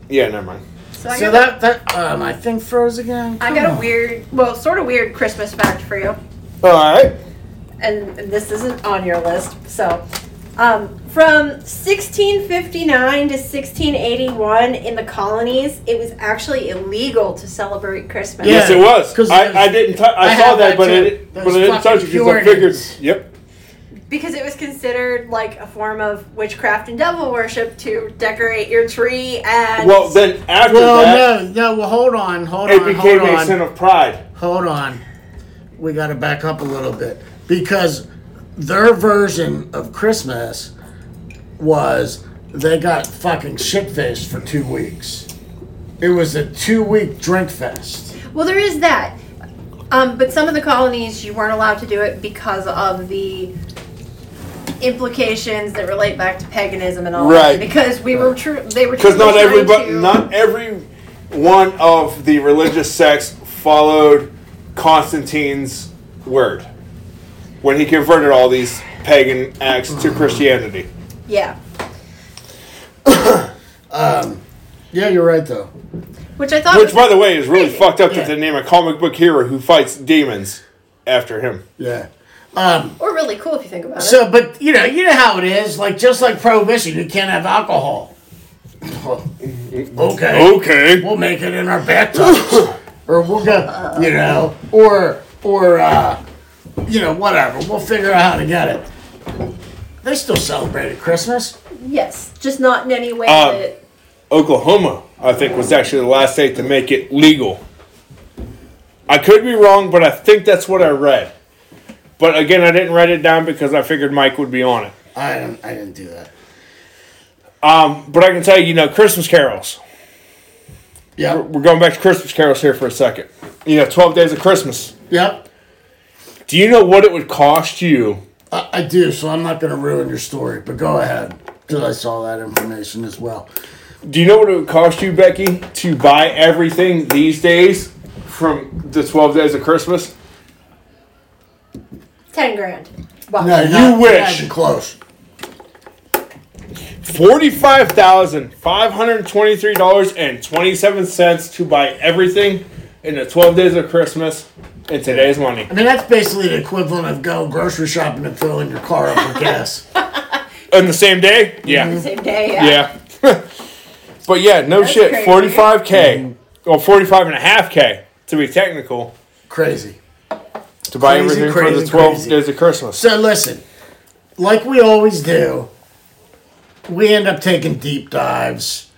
yeah, never mind.
So I
so
got,
that that uh, my thing froze again.
I got a weird, well, sort of weird Christmas fact for you.
All right.
and this isn't on your list, so. Um, from 1659 to 1681 in the colonies, it was actually illegal to celebrate Christmas.
Yeah.
Yes, it was.
'Cause
I,
those-
I didn't. T- I,
I
saw
have
that,
that
but
too.
it, but
Those
I didn't
fucking
touch it because I figured.
Puritans.
Yep.
Because it was considered like a form of witchcraft and devil worship to decorate your tree and.
Well, then after that,
Well, no, no. Well, hold on, hold
it
on,
became
hold
a
on.
sin of pride.
hold on. We got to back up a little bit because their version of Christmas was they got fucking shit faced for two weeks. It was a two week drink fest.
Well, there is that. Um, but some of the colonies, you weren't allowed to do it because of the implications that relate back to paganism and all
Right.
that. Because we were true, they were
Because
truly
not
trying
everybody,
to-
not every one of the religious sects followed Constantine's word when he converted all these pagan acts to Christianity.
Yeah.
Yeah, you're right though.
Which I thought
Which,
was,
by the way, is really
Hey,
fucked up
yeah.
that they name a comic book hero who fights demons after him.
Yeah.
or really cool if you think about it.
So, but you know, you know how it is. Like just like prohibition, you can't have alcohol. okay.
Oh, Okay.
we'll make it in our bathtubs, or we'll go, you know, or or uh, you know, whatever. We'll figure out how to get it. They still celebrated Christmas.
Yes, just not in any way
Um,
that
Oklahoma, I think, was actually the last state to make it legal. I could be wrong, but I think that's what I read. But again, I didn't write it down because I figured Mike would be on it.
I didn't, I didn't do that.
But I can tell you, you know, Christmas carols.
Yep,
We're going back to Christmas carols here for a second. You know, 12 days of Christmas.
yep.
Do you know what it would cost you?
I, I do. So I'm not going to ruin your story, but go ahead because I saw that information as well.
Do you know what it would cost you, Becky, to buy everything these days from the 12 days of Christmas?
ten grand. Well,
No,
You
not-
wish.
not even close.
Forty-five thousand five hundred twenty-three dollars and twenty-seven cents to buy everything in the twelve days of Christmas in today's money.
I mean, that's basically the equivalent of going grocery shopping and filling your car up with gas.
On the same day? Yeah,
the same day. Yeah.
yeah. but yeah, no
That's
shit.
crazy.
Forty-five k,
Mm-hmm.
or forty-five and a half k to be technical,
Crazy.
to buy
Crazy,
everything for
crazy,
the twelve
crazy.
days of Christmas.
So listen, like we always do, we end up taking deep dives.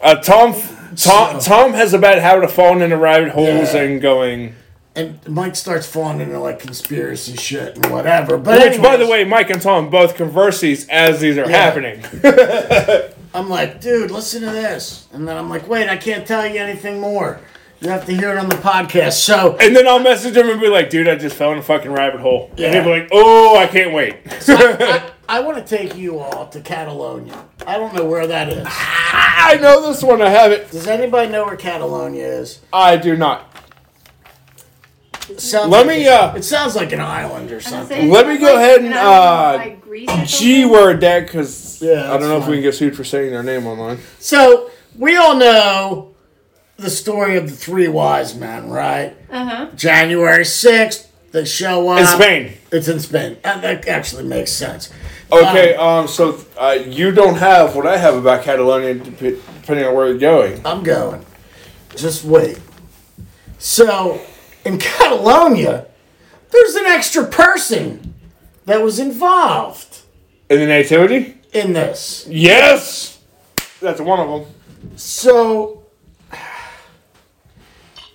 Uh, Tom, Tom, Tom has a bad habit of falling into rabbit holes
Yeah.
and going.
And Mike starts falling into like conspiracy shit and whatever. But
Which, by the way,
anyways,
Mike and Tom both converse these as these are happening.
I'm like, dude, listen to this. And then I'm like, wait, I can't tell you anything more. You have to hear it on the podcast. So,
And then I'll message him and be like, dude, I just fell in a fucking rabbit hole.
Yeah.
And he'll be like, oh, I can't wait.
I, I want to take you all to Catalonia. I don't know where that is.
I know this one. I have it.
Does anybody know where Catalonia is?
I do not.
Sounds
Let
like
me,
it-
uh,
It sounds like an island or something.
Let me go ahead and, uh, G
G.
word that because
Yeah,
I don't know
that's
if we can get sued for saying their name online.
So we all know the story of the three wise men, right?
Uh-huh.
January sixth, they show up
In Spain.
It's in Spain. Uh, That actually makes sense.
Okay, um, so uh, you don't have what I have about Catalonia, dep- uh- depending on where you're going.
I'm going. Just wait. So in Catalonia, there's an extra person that was involved
In the nativity?
in this.
Yes! That's one of them.
So,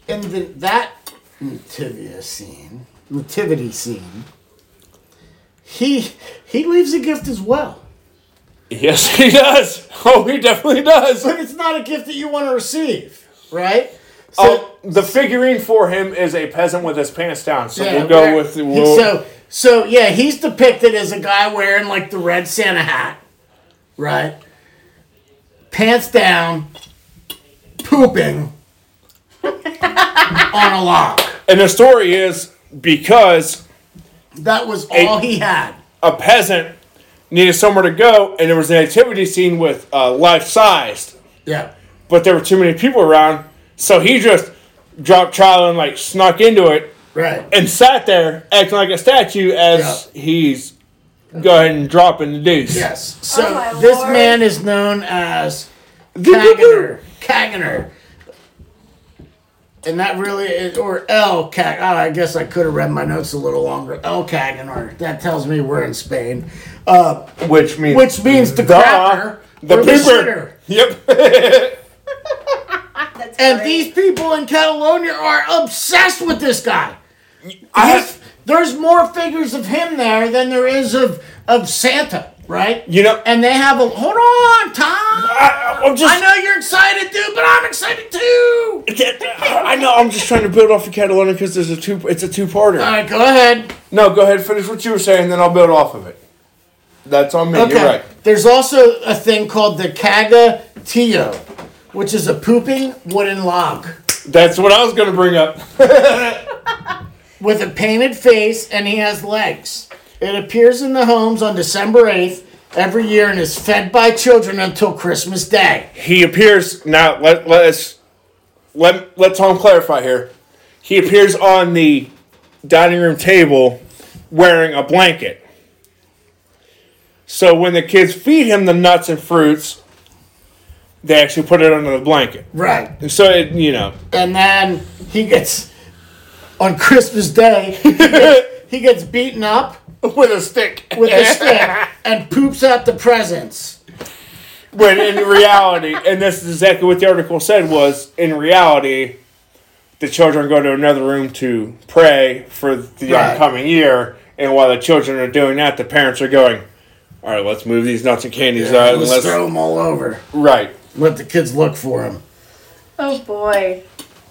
in the, that nativity scene, nativity scene, he he leaves a gift as well.
Yes, he does. Oh, he definitely does.
But it's not a gift that you want to receive, right? So,
Oh, the figurine for him is a peasant with his pants down. So
Yeah,
we'll go
where-
with.
he-
We'll,
so so yeah, he's depicted as a guy wearing like the red Santa hat, right? Pants down, pooping on a log.
and the story is because
That was all he had.
a peasant needed somewhere to go, and there was an activity scene with uh, life sized,
Yeah.
but there were too many people around, so he just dropped trial and like snuck into it
Right.
and sat there acting like a statue as he's go ahead and dropping the deuce.
yes. So
Oh, my
this
Lord.
man is known as
The-
Kaganer. Kaganer. And that really is, or El Cag. Oh, I guess I could have read my notes a little longer. El Caganer. That tells me we're in Spain. Uh,
Which means
which means the
Duh.
crapper.
The
or the
pooper.
shitter.
Yep.
That's
And
great.
these people in Catalonia are obsessed with this guy.
I-
He's- there's more figures of him there than there is of of Santa, right?
You know-
and they have a hold on, Tom.
I, I'm just.
I know you're excited, dude, but I'm excited too.
I know. I'm just trying to build off of Catalonia because there's a two. It's a two-parter.
All right, go ahead.
no, go ahead. Finish what you were saying, then I'll build off of it. That's on me. You're right.
There's also a thing called the Caga Tio, which is a pooping wooden log
That's what I was going to bring up.
with a painted face, and he has legs. It appears in the homes on December 8th every year and is fed by children until Christmas Day.
He appears now. Let let's let let Tom clarify here. He appears on the dining room table wearing a blanket. So when the kids feed him the nuts and fruits, they actually put it under the blanket.
Right.
So it, you know,
and then he gets on Christmas Day. He gets, he gets beaten up
with a stick.
with a stick and poops out the presents.
when in reality, and this is exactly what the article said was in reality, the children go to another room to pray for the
Right.
upcoming year, and while the children are doing that, the parents are going, "All right, let's move these nuts and candies out." And
Let's
let's
throw them all over.
right.
Let the kids look for him.
oh boy,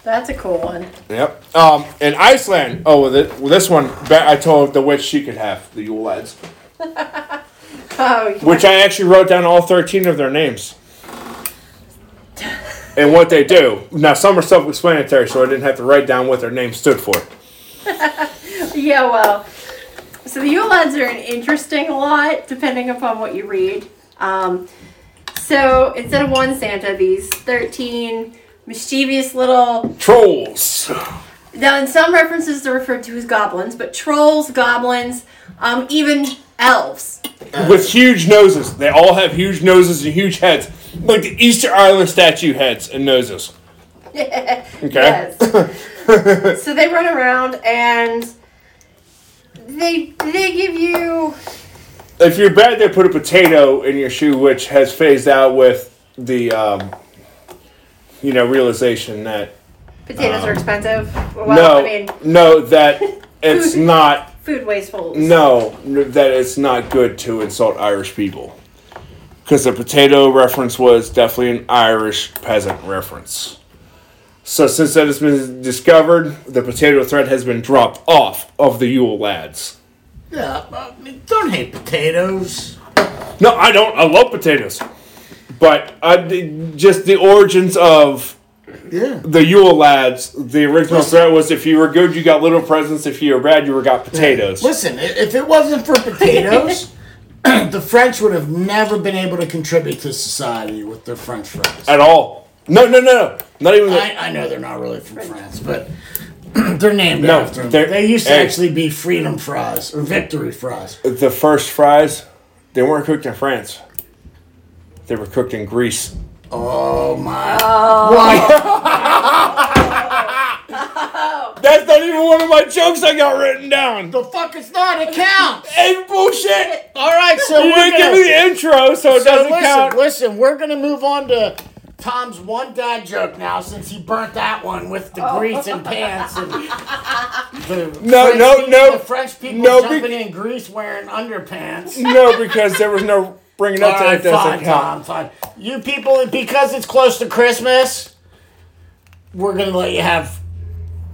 that's a cool one.
Yep. Um, in Iceland, oh, with it, well, this one, ba- I told the witch she could have the Yule lads,
Oh, yeah.
which I actually wrote down all thirteen of their names. And what they do. Now, some are self explanatory, so I didn't have to write down what their name stood for.
Yeah, well, so the Yule lads are an interesting lot, depending upon what you read. Um, so instead of one Santa, these thirteen mischievous little.
Trolls.
Now, in some references, they're referred to as goblins, but trolls, goblins, um, even elves.
With huge noses. They all have huge noses and huge heads. Like the Easter Island statue heads and noses. Okay.
Yes. so they run around and they they give you
If you're bad, they put a potato in your shoe, which has phased out with the, um, you know, realization that
potatoes are expensive. Well,
Um, no,
I mean,
no, that it's not.
food wasteful. is
No, that it's not good to insult Irish people. Because the potato reference was definitely an Irish peasant reference. So since that has been discovered, the potato thread has been dropped off of the Yule lads.
Yeah, I mean, don't hate potatoes.
No, I don't. I love potatoes. But I, the- just the origins of
Yeah.
the Yule lads, the original thread was if you were good, you got little presents. If you were bad, you were got potatoes.
Listen, i- if it wasn't for potatoes, the French would have never been able to contribute to society with their French fries.
At all. No, no, no, no. Not even. the-
I, I know they're not really from France, but they're named
No,
after them.
they're-
They used to
hey.
actually be freedom fries or victory fries.
the first fries, they weren't cooked in France. They were cooked in Greece.
Oh my! Why?
That's the not even one of my jokes I got written down.
The fuck it's not. It counts.
Hey, bullshit!
All right, so
You
we're
didn't give
gonna,
me the intro, so it
so
doesn't
listen,
count.
listen. We're gonna move on to Tom's one dad joke now, since he burnt that one with the grease and pants and the
No,
French
no,
people-
no.
the French people
No,
jumping
be-
in grease wearing underpants.
No, because there was no bringing
All
up that
right,
it doesn't
fine,
count.
Tom, fine. You people, because it's close to Christmas, we're gonna let you have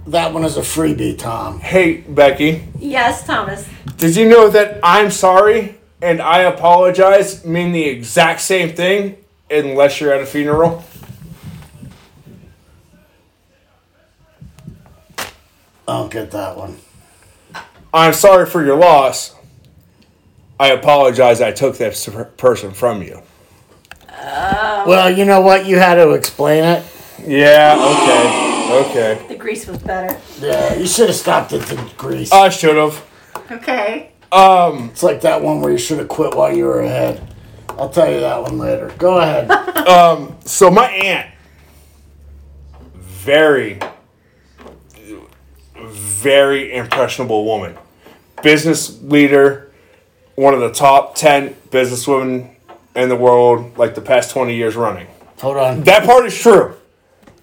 that one as a freebie, Tom.
Hey, Becky,
Yes, Thomas.
did you know that I'm sorry and I apologize mean the exact same thing unless you're at a funeral?
I don't get that one.
I'm sorry for your loss. I apologize I took that s- person from you.
Well, you know what? You had to explain it.
Yeah, okay, okay.
The grease was better.
Yeah, you should have stopped at the grease.
I should have.
Okay.
It's like that one where you should have quit while you were ahead. I'll tell you that one later. Go ahead.
So my aunt, very, very impressionable woman, business leader, one of the top ten businesswomen in the world, like the past twenty years running.
Hold on. Go
That part is true.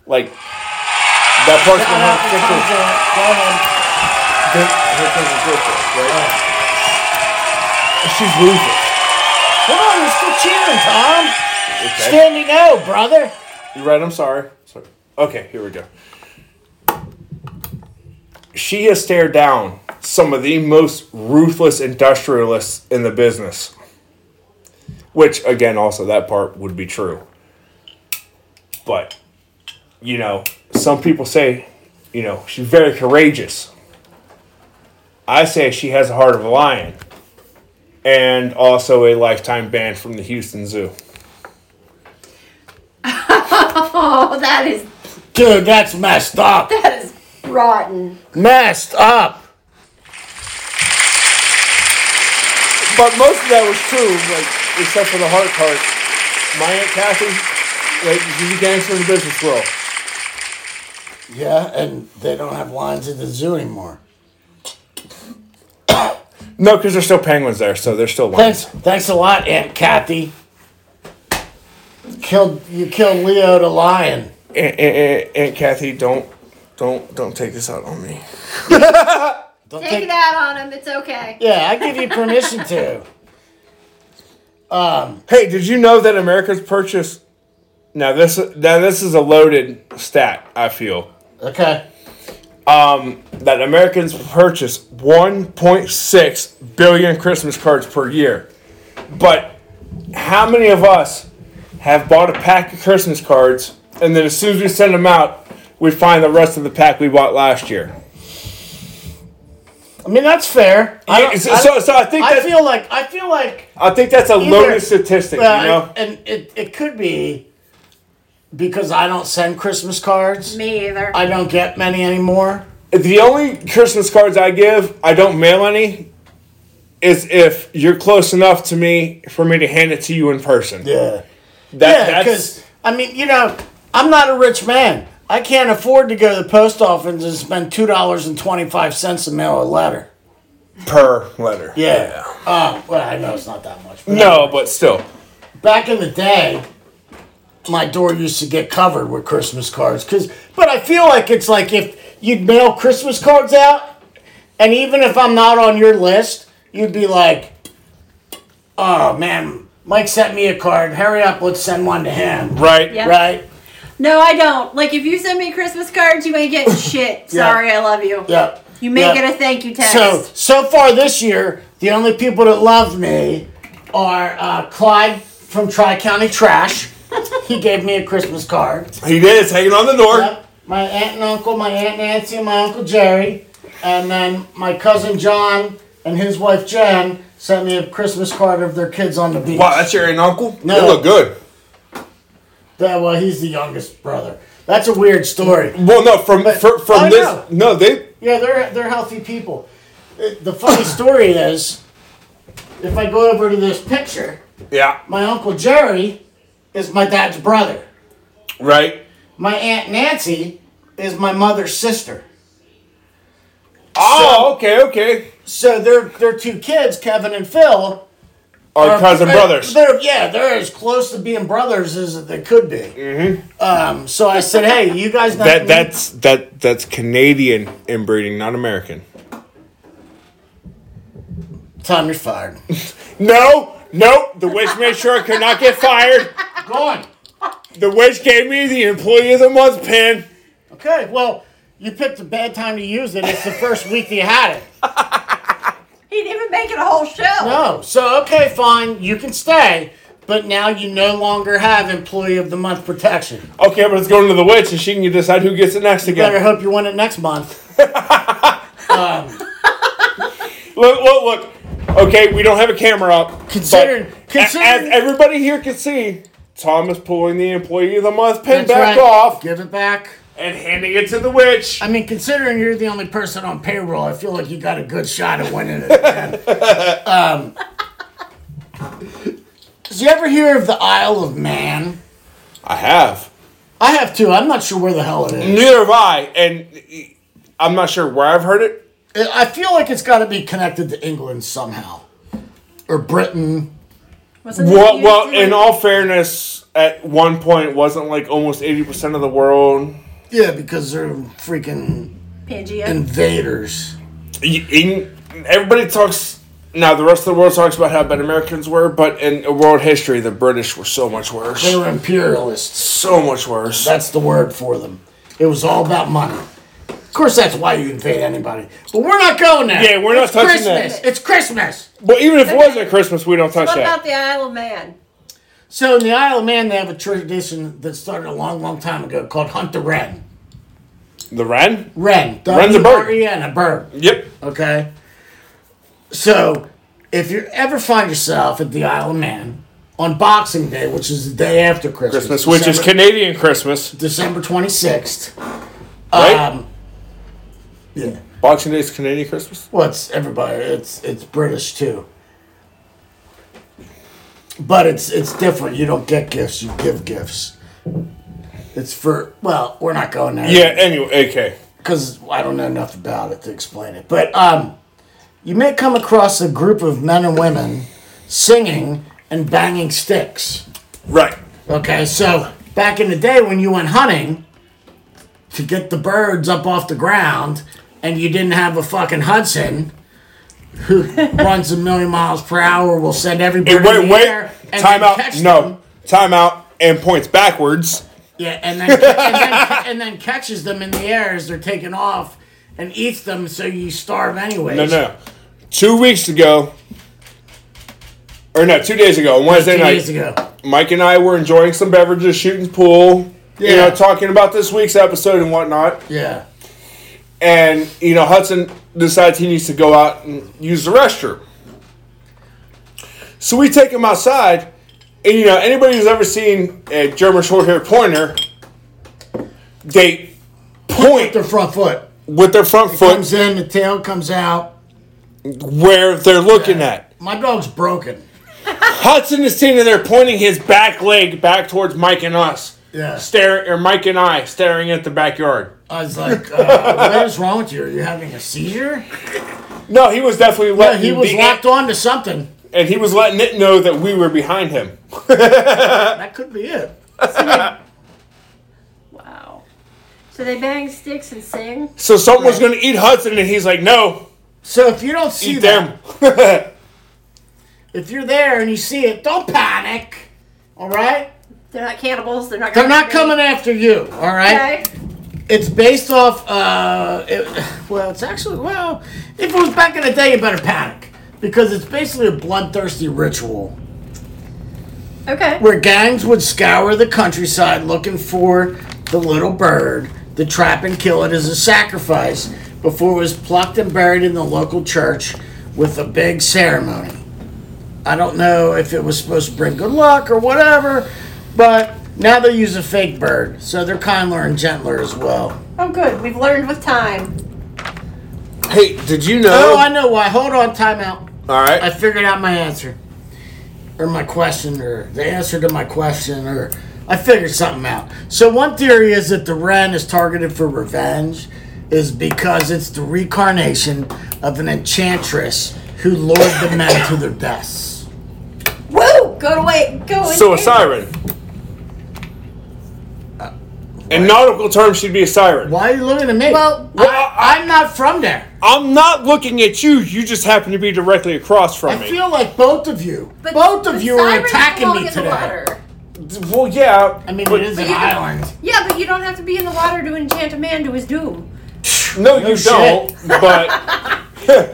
Like that part's been her particular-
ahead.
her particular purpose, right? She's losing.
Come on, you're still cheering, Tom.
Okay.
Standing out, brother.
You're right. I'm sorry. sorry. Okay, here we go. She has stared down some of the most ruthless industrialists in the business, which, again, also that part would be true. But, you know, some people say, you know, she's very courageous. I say she has a heart of a lion and also a lifetime ban from the Houston Zoo.
Oh, that is
Dude, that's messed up.
that is rotten.
Messed up.
But most of that was true, like except for the heart part. My aunt Kathy, like she's a gangster in the business world.
Yeah, and they don't have lines at the zoo anymore.
No, because there's still penguins there, so there's still
Thanks,
lions.
thanks a lot, Aunt Kathy. Killed you killed Leo the lion.
Aunt, aunt, aunt, aunt Kathy, don't, don't, don't take this out on me.
Don't
Take it out on him. It's okay.
Yeah, I give you permission to.
Hey, did you know that America's purchase? Now this, now this is a loaded stat. I feel
Okay.
that Americans purchase 1.6 billion Christmas cards per year. But how many of us have bought a pack of Christmas cards and then as soon as we send them out, we find the rest of the pack we bought last year?
I mean that's fair. I don't-
so,
I
so,
don't-
so I think
I
that's,
feel like I feel like
I think that's a
either-
loaded statistic,
well,
you know?
and it, it could be because I don't send Christmas cards.
Me either.
I don't get many anymore.
The only Christmas cards I give, I don't mail any, is if you're close enough to me for me to hand it to you in person.
Yeah,
That-
yeah. Because I mean, you know, I'm not a rich man. I can't afford to go to the post office and spend two dollars and twenty five cents to mail a letter.
per letter.
Yeah. Uh, well, I know it's not that much. but
No, but still.
back in the day, my door used to get covered with Christmas cards. Cause, but I feel like it's like if you'd mail Christmas cards out, and even if I'm not on your list, you'd be like, "Oh man, Mike sent me a card. Hurry up, let's send one to him."
Right.
Yeah.
Right?
No, I don't. Like if you send me Christmas cards, you ain't getting shit.
Yeah.
Sorry, I love you.
Yep.
You may
Yep.
get a thank you text.
So so far this year, the only people that love me are uh, Clyde from Tri County Trash. he gave me a Christmas card.
He did. It's hanging on the door.
Yep. My aunt and uncle, my aunt Nancy and my uncle Jerry, and then my cousin John and his wife Jen sent me a Christmas card of their kids on the beach.
Wow, that's your aunt and uncle?
No.
They look good.
Yeah, well, he's the youngest brother. That's a weird story.
Well, no, from fr- from
I
this.
know.
No, they.
Yeah, they're they're healthy people. Uh, The funny story is, if I go over to this picture,
Yeah.
my uncle Jerry is my dad's brother.
Right?
My aunt Nancy is my mother's sister.
Oh, okay, okay.
So their their two kids, Kevin and Phil,
Our Oh, cousin
they're-
brothers.
They're yeah, they're as close to being brothers as they could be. Mm-hmm. Um, so I said, hey, you guys not
That
need-
that's that that's Canadian inbreeding, not American.
Tom, you're fired.
No, no. The witch made sure I could not get fired.
Go on.
The witch gave me the employee of the month pin.
Okay, well, you picked a bad time to use it. It's the first week you had it.
He didn't even make it a whole show.
No, so okay, fine, you can stay, but now you no longer have employee of the month protection.
Okay, but it's going to the witch, and she can decide who gets it next
Better
again.
hope you win it next month.
Look, look, look. Okay, we don't have a camera up. but
Considering-
a- as
considering-
everybody here can see, Tom is pulling the employee of the month pin
That's
back
right.
off
Give it back.
and handing it to the witch.
I mean, considering you're the only person on payroll, I feel like you got a good shot at winning it. Again. um, did you ever hear of the Isle of Man?
I have.
I have too. I'm not sure where the hell it is.
Neither have I, and I'm not sure where I've heard it.
I feel like it's got to be connected to England somehow, or Britain.
Wasn't it
Well,
you
well,
doing-
in all fairness, at one point wasn't like almost eighty percent of the world.
Yeah, because they're freaking
Pangea.
invaders.
Y- in- Everybody talks now. The rest of the world talks about how bad Americans were, but in world history, the British were so much
They
worse.
were imperialists.
So much worse.
That's the word for them. It was all about money. Of course, that's why you invade anybody. But we're not going there.
Yeah, we're not
it's
touching
Christmas.
that.
It's Christmas.
But even if it wasn't Christmas, we don't touch
What
that.
about the Isle of Man?
So in the Isle of Man, they have a tradition that started a long, long time ago called hunt the wren.
The Wren?
Wren.
Wren's a bird.
W-R-E-N, a bird.
Yep.
Okay. So, if you ever find yourself at the Isle of Man on Boxing Day, which is the day after Christmas,
Christmas, which is
December-
Canadian Christmas,
December twenty sixth.
right?
Um, yeah.
Boxing Day is Canadian Christmas.
Well, it's everybody. It's it's British too. But it's it's different. You don't get gifts. You give gifts. It's for well, we're not going there.
Yeah. Anyway, okay.
because I don't know enough about it to explain it. But um, you may come across a group of men and women singing and banging sticks.
Right.
Okay, so back in the day when you went hunting to get the birds up off the ground and you didn't have a fucking Hudson who runs a million miles per hour will send every bird in
Wait,
the
wait.
air and
Time
then
out.
catch them.
No. Time out and points backwards.
Yeah, and then, and, then, and then catches them in the air as they're taking off and eats them, so you starve anyways.
No, no. Two weeks ago, or no, two days ago, on Wednesday
Two
night,
days ago.
Mike and I were enjoying some beverages, shooting pool, you know,
Yeah.
talking about this week's episode and whatnot.
Yeah.
And, you know, Hudson decides he needs to go out and use the restroom. So we take him outside, and, you know, anybody who's ever seen a German short haired pointer, they point
Their front foot
with their front foot
comes in, the tail comes out.
where they're looking at.
My dog's broken.
Hudson is standing there pointing his back leg back towards Mike and us.
Yeah.
Staring, or Mike and I staring at the backyard.
I was like, uh, what is wrong with you? Are you having a seizure?
No, he was definitely letting
He was
the-
locked on to something.
and he was letting it know that we were behind him.
That could be it.
Wow. So they bang sticks and sing.
So someone was going to eat Hudson, and he's like, "No,
So if you don't see
eat
them,
them."
if you're there and you see it, don't panic. All right?
They're not cannibals. They're not.
They're not
gonna
coming after you. All right?
eat me. Okay.
It's based off. Uh, it, well, it's actually well. If it was back in the day, you better panic because it's basically a bloodthirsty ritual
Okay.
where gangs would scour the countryside looking for the little bird to trap and kill it as a sacrifice before it was plucked and buried in the local church with a big ceremony. I don't know if it was supposed to bring good luck or whatever, but now they use a fake bird, so they're kinder and gentler as well.
Oh, good. We've learned with time.
hey, did you know?
Oh, I know why. Hold on, time out.
All right,
I figured out my answer. Or my question, or the answer to my question, or I figured something out. So, one theory is that the Wren is targeted for revenge, is because it's the reincarnation of an enchantress who lured the men to their deaths.
Woo! Go away. Go in
So a
here.
siren. In nautical terms, she'd be a siren.
Why are you looking at me?
Well,
I, am not from there.
I'm not looking at you. You just happen to be directly across from
I
me.
feel like both of you,
But
both of
the
you are
sirens
attacking
belong
me
in the
today.
water.
well, yeah.
I mean,
but-
it is an
you can-
island.
Yeah, but you don't have to be in the water to enchant a man to his doom.
no, you
shit.
don't.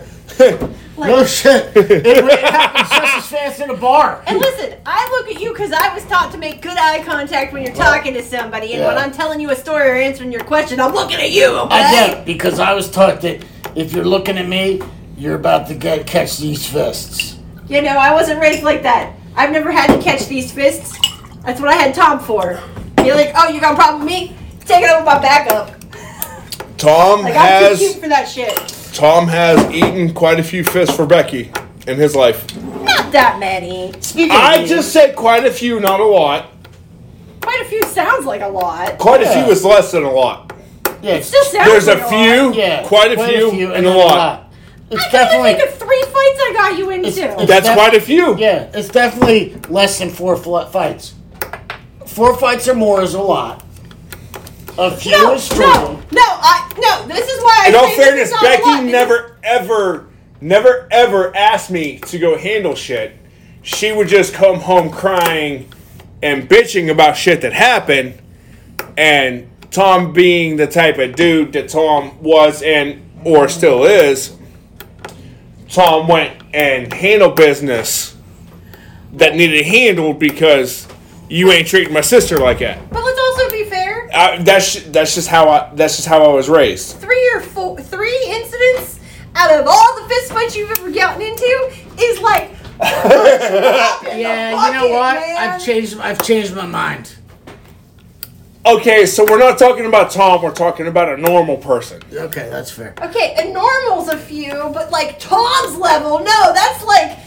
But
No shit. It really happens just as fast in a bar.
And listen, I look at you because I was taught to make good eye contact when you're talking to somebody, and when
yeah.
I'm telling you a story or answering your question, I'm looking at you. Okay?
I get it because I was taught that if you're looking at me, you're about to get catch these fists.
You know, I wasn't raised like that. I've never had to catch these fists. That's what I had Tom for. You're like, oh, you got a problem with me? Take it over my back up.
Tom
Like I'm too cute
has
for that shit.
Tom has eaten quite a few fists for Becky in his life.
Not that many.
Speaking
I just said quite a few, not a lot.
Quite a few sounds like a lot.
Quite a
Yeah.
few is less than a lot.
yes,
Still sounds
There's
like
a few,
Lot.
yeah,
quite, a, few, and a
then
lot.
It's
I can't even
definitely
think of three fights I got you into.
It's- it's-
That's
That-
quite a few.
yeah, it's definitely less than four fl- fights. Four fights or more is a lot. A few
no,
is
no,
strong.
no, I no. This is why I.
In all
say this
fairness,
is not a lot,
Becky
because-
never ever, never ever asked me to go handle shit. She would just come home crying and bitching about shit that happened. And Tom being the type of dude that Tom was and or still is, Tom went and handled business that needed handled because you ain't treating my sister like that.
But let's also be fair.
I, that's that's just how I that's just how I was raised.
Three or four, three incidents out of all the fist fights you've ever gotten into is like.
Yeah, you know
Fuck it,
what?
man.
I've changed. I've changed my mind.
Okay, so we're not talking about Tom. We're talking about a normal person.
Okay, that's fair.
Okay, and normal's a few, but like Tom's level, no, that's like.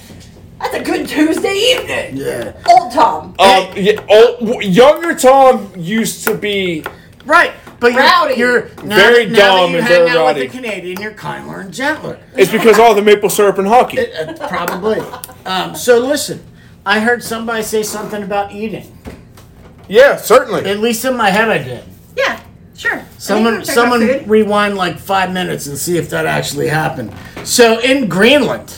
That's a good Tuesday evening.
Yeah.
Old Tom.
Um, yeah, old, w- younger Tom used to be.
Right, but you're,
Rowdy.
you're now
Very
that, now that
dumb
you
and
hang
very
out
rowdy.
with a Canadian, you're kinder and gentler.
It's because all the maple syrup and hockey.
Uh, probably. Um, so listen, I heard somebody say something about eating.
Yeah, certainly.
At least in my head, I did.
Yeah, sure.
Someone, someone rewind like five minutes and see if that actually happened. So in Greenland,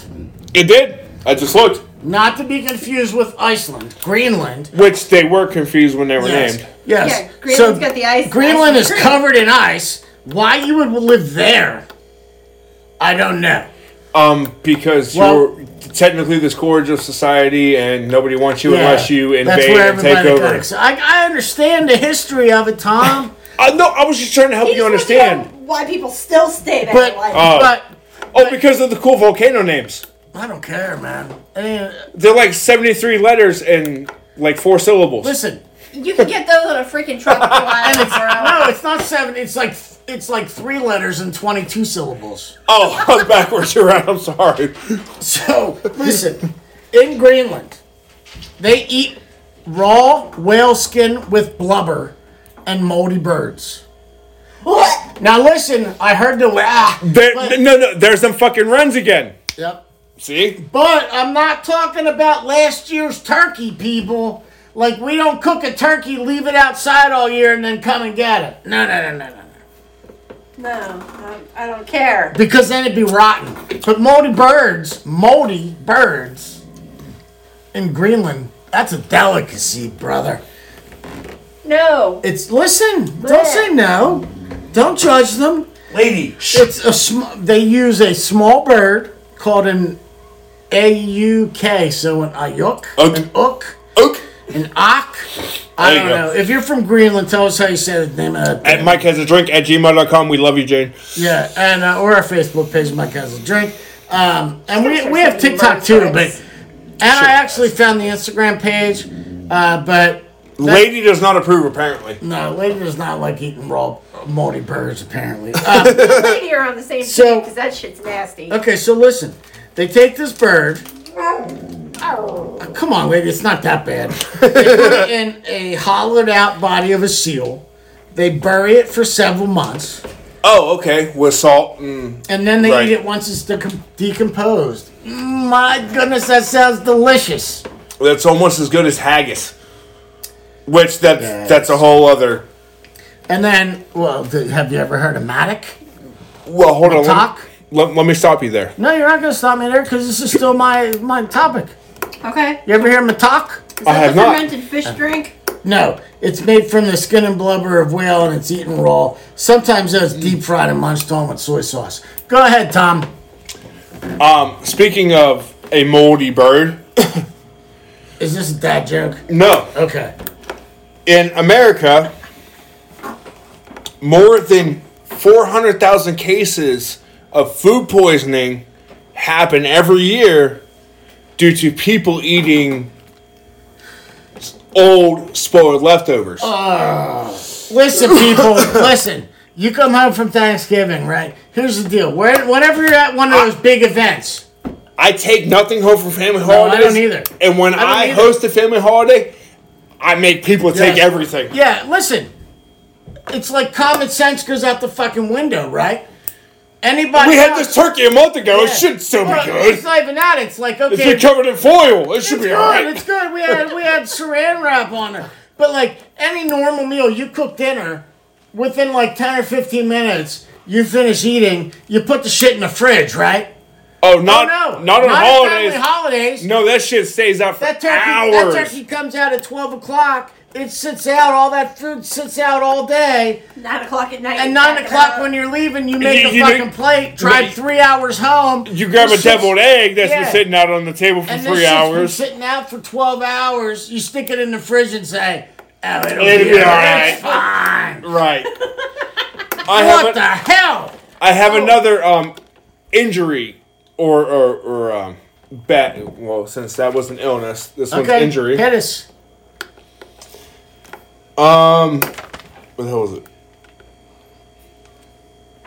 It did. I just looked,
not to be confused with Iceland, Greenland.
which they were confused when they were
Yes.
named.
Yes.
Yeah,
so
Greenland's got the ice-
Greenland
ice
is
and cream.
covered in ice. Why you would live there? I don't know.
Um, because
Well-
you're technically this gorge of society, and nobody wants you unless you
That's
invade
where
and take
everybody got
over.
ex- I, I understand the history of it, Tom,
Uh, no, I was just trying to help you understand.
why people still stay there.
but uh,
like,
Oh.
but
Oh, because of the cool volcano names.
I don't care, man. I mean,
They're like seventy-three letters and like four syllables.
listen,
you can get those on a freaking tropical island, bro.
no, it's not seven. It's like it's like three letters and twenty-two syllables.
Oh, I'm backwards around. I'm sorry.
So listen, in Greenland, they eat raw whale skin with blubber and moldy birds.
What?
Now listen, I heard the ah,
There,
but-
no, no, there's them fucking runs again.
Yep.
See?
But I'm not talking about last year's turkey, people. Like we don't cook a turkey, leave it outside all year, and then come and get it. No, no, no, no, no. no.
No, I'm- I don't care.
Because then it'd be rotten. But moldy birds, moldy birds in Greenland, that's a delicacy, brother.
No.
It's listen. Don't say no. Don't judge them.
Lady,
It's a sm- they use a small bird called an auk. So an ayuk,
Ook.
an ook,
Oak.
an ak.
There
I
you
don't
go.
know. If you're from Greenland, tell us how you say the name of that.
At
thing.
Mike has a drink at gmail.com. We love you, Jane.
Yeah, and uh, or our Facebook page, My Cousin Drink. Um, and we,
Sure,
we have
sure,
TikTok
sure.
too, but and I actually found the Instagram page, uh, but
Lady does not approve, apparently.
no, lady does not like eating raw moldy birds apparently. Um,
lady are on the same
So-
so, because that shit's nasty.
okay, so listen, they take this bird. uh,
Oh.
Come on, lady, it's not that bad. They put it in a hollowed out body of a seal. They bury it for several months.
Oh, okay. With salt and
And then they
Right.
eat it once it's decom- decomposed. Mm, My goodness, that sounds delicious.
that's almost as good as haggis. Which that's
Yes.
that's a whole other.
And then, well, th- have you ever heard of Matic?
Well, hold on. Let
Talk?
me, let, let me stop you there.
No, you're not going to stop me there because this is still my my topic.
Okay.
You ever hear Matak?
Is
I
that
have
the
not.
fermented fish
Uh-huh.
drink?
No, it's made from the skin and blubber of whale and it's eaten raw. Sometimes it's deep fried and munched on with soy sauce. Go ahead, Tom.
Speaking of a moldy bird,
Is this a dad joke?
no.
Okay.
in America, more than 400,000 cases of food poisoning happen every year due to people eating old spoiled leftovers.
Uh, Listen, people, listen. You come home from Thanksgiving, right? Here's the deal. Where, whenever you're at one of those big events,
I take nothing home from family
I
holidays.
don't either.
And when
I
I,
don't either.
host a family holiday, I make people take
Yes.
everything.
yeah, listen. It's like common sense goes out the fucking window, right? Anybody?
We had
out-
this Oh, turkey a month ago. It
Yeah.
should still
Well,
be good.
It's not even that. It's like okay,
It's been covered in foil. It should
It's
be
good.
alright.
It's good. We had we had saran wrap on it. But like any normal meal, you cook dinner within like ten or fifteen minutes. You finish eating. You put the shit in the fridge, right?
Oh, not
oh no,
not on
at
holidays.
family holidays.
No, that shit stays out for
That turkey,
hours.
that turkey comes out at twelve o'clock. It sits out. All that food sits out all day.
Nine o'clock at night.
And nine o'clock when you're leaving, you make
You-
a
you
fucking
make-
plate. Drive
you-
three hours home.
you grab a
This
deviled
shit's-
egg that's
yeah.
been sitting out on the table for
and this
three
shit's been
hours.
sitting out for twelve hours. You stick it in the fridge and say, "Oh, it'll,
It'll
be,
be
all
alright."
right. Fine.
Right. I
What
have
the
a,
hell?
I have another um injury or or, or um bad. Well, since that was an illness, this one's
Okay,
injury.
hit us.
What the hell was it?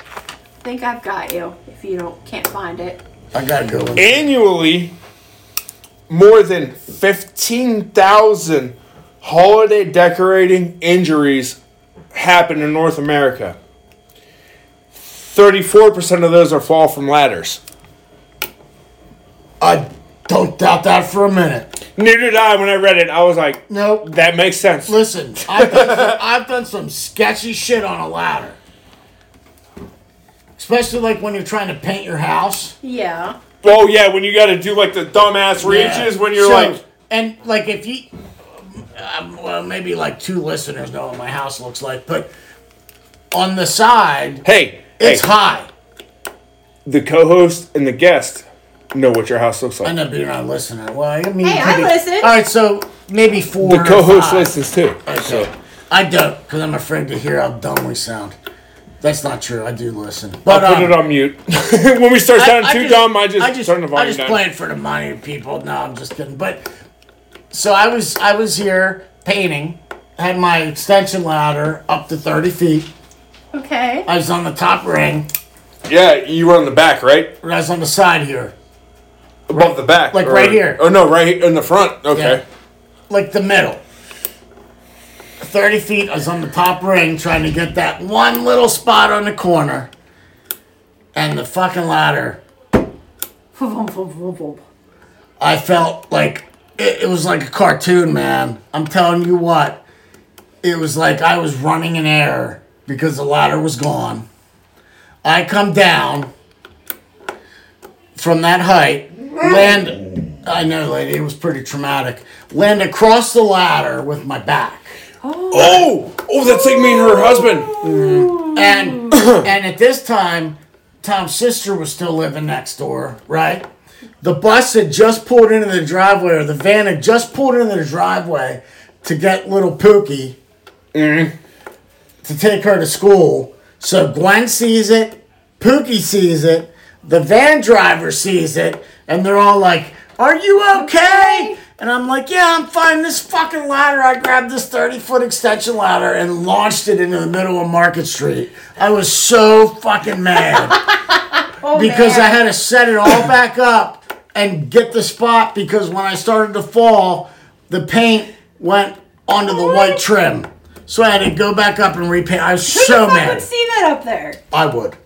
I think I've got you. If you don't, can't find it.
I gotta go. With
Annually, more than fifteen thousand holiday decorating injuries happen in North America. 34% of those are fall from ladders.
I don't doubt that for a minute.
Neither did I when I read it. I was like,
Nope.
that makes sense.
Listen, I've done, some, I've done some sketchy shit on a ladder. Especially like when you're trying to paint your house.
Yeah.
Oh, yeah, when you got to do like the dumbass reaches
Yeah.
when you're
So-
like,
and like if you, um, well, maybe like two listeners know what my house looks like, but on the side,
hey,
it's
hey,
high.
the co host and the guest know what your house looks
I
like.
know, but you're not a listener. Well, I mean,
Hey,
it
I
could be-
listen.
All right, so maybe four.
The
or
co host
five.
listens too.
Okay. I don't, because I'm afraid to hear how dumb we sound. That's not true. I do listen, but
Put
um,
it on mute. when we start sounding too dumb, I just, turn the
I
volume
just
down.
play it for the money people. No, I'm just kidding. But so I was I was here painting, had my extension ladder up to 30 feet.
Okay.
I was on the top ring,
Yeah, you were on the back, right?
or I was on the side here,
Above the back.
like
or-
right here.
Oh, no, right in the front.
Yeah.
Okay.
like the middle. 30 feet, I was on the top ring trying to get that one little spot on the corner. And the fucking ladder I felt like it, it was like a cartoon, man. I'm telling you what, it was like I was running in air because the ladder was gone. I come down from that height, land. I know, lady, it was pretty traumatic. Land across the ladder with my back,
Oh, oh, that's like me and her husband.
and and at this time, Tom's sister was still living next door, right? the bus had just pulled into the driveway, or the van had just pulled into the driveway to get little Pookie mm, to take her to school. So Gwen sees it, Pookie sees it, the van driver sees it, and they're all like, Are you okay? And I'm like, Yeah, I'm fine. This fucking ladder, I grabbed this 30 foot extension ladder and launched it into the middle of Market Street. I was so fucking mad
Oh,
because I
man.
had to set it all back up and get the spot because when I started to fall, the paint went onto the white trim. So I had to go back up and repaint. I was so
Who the fuck would
mad.
see that up there?
I would.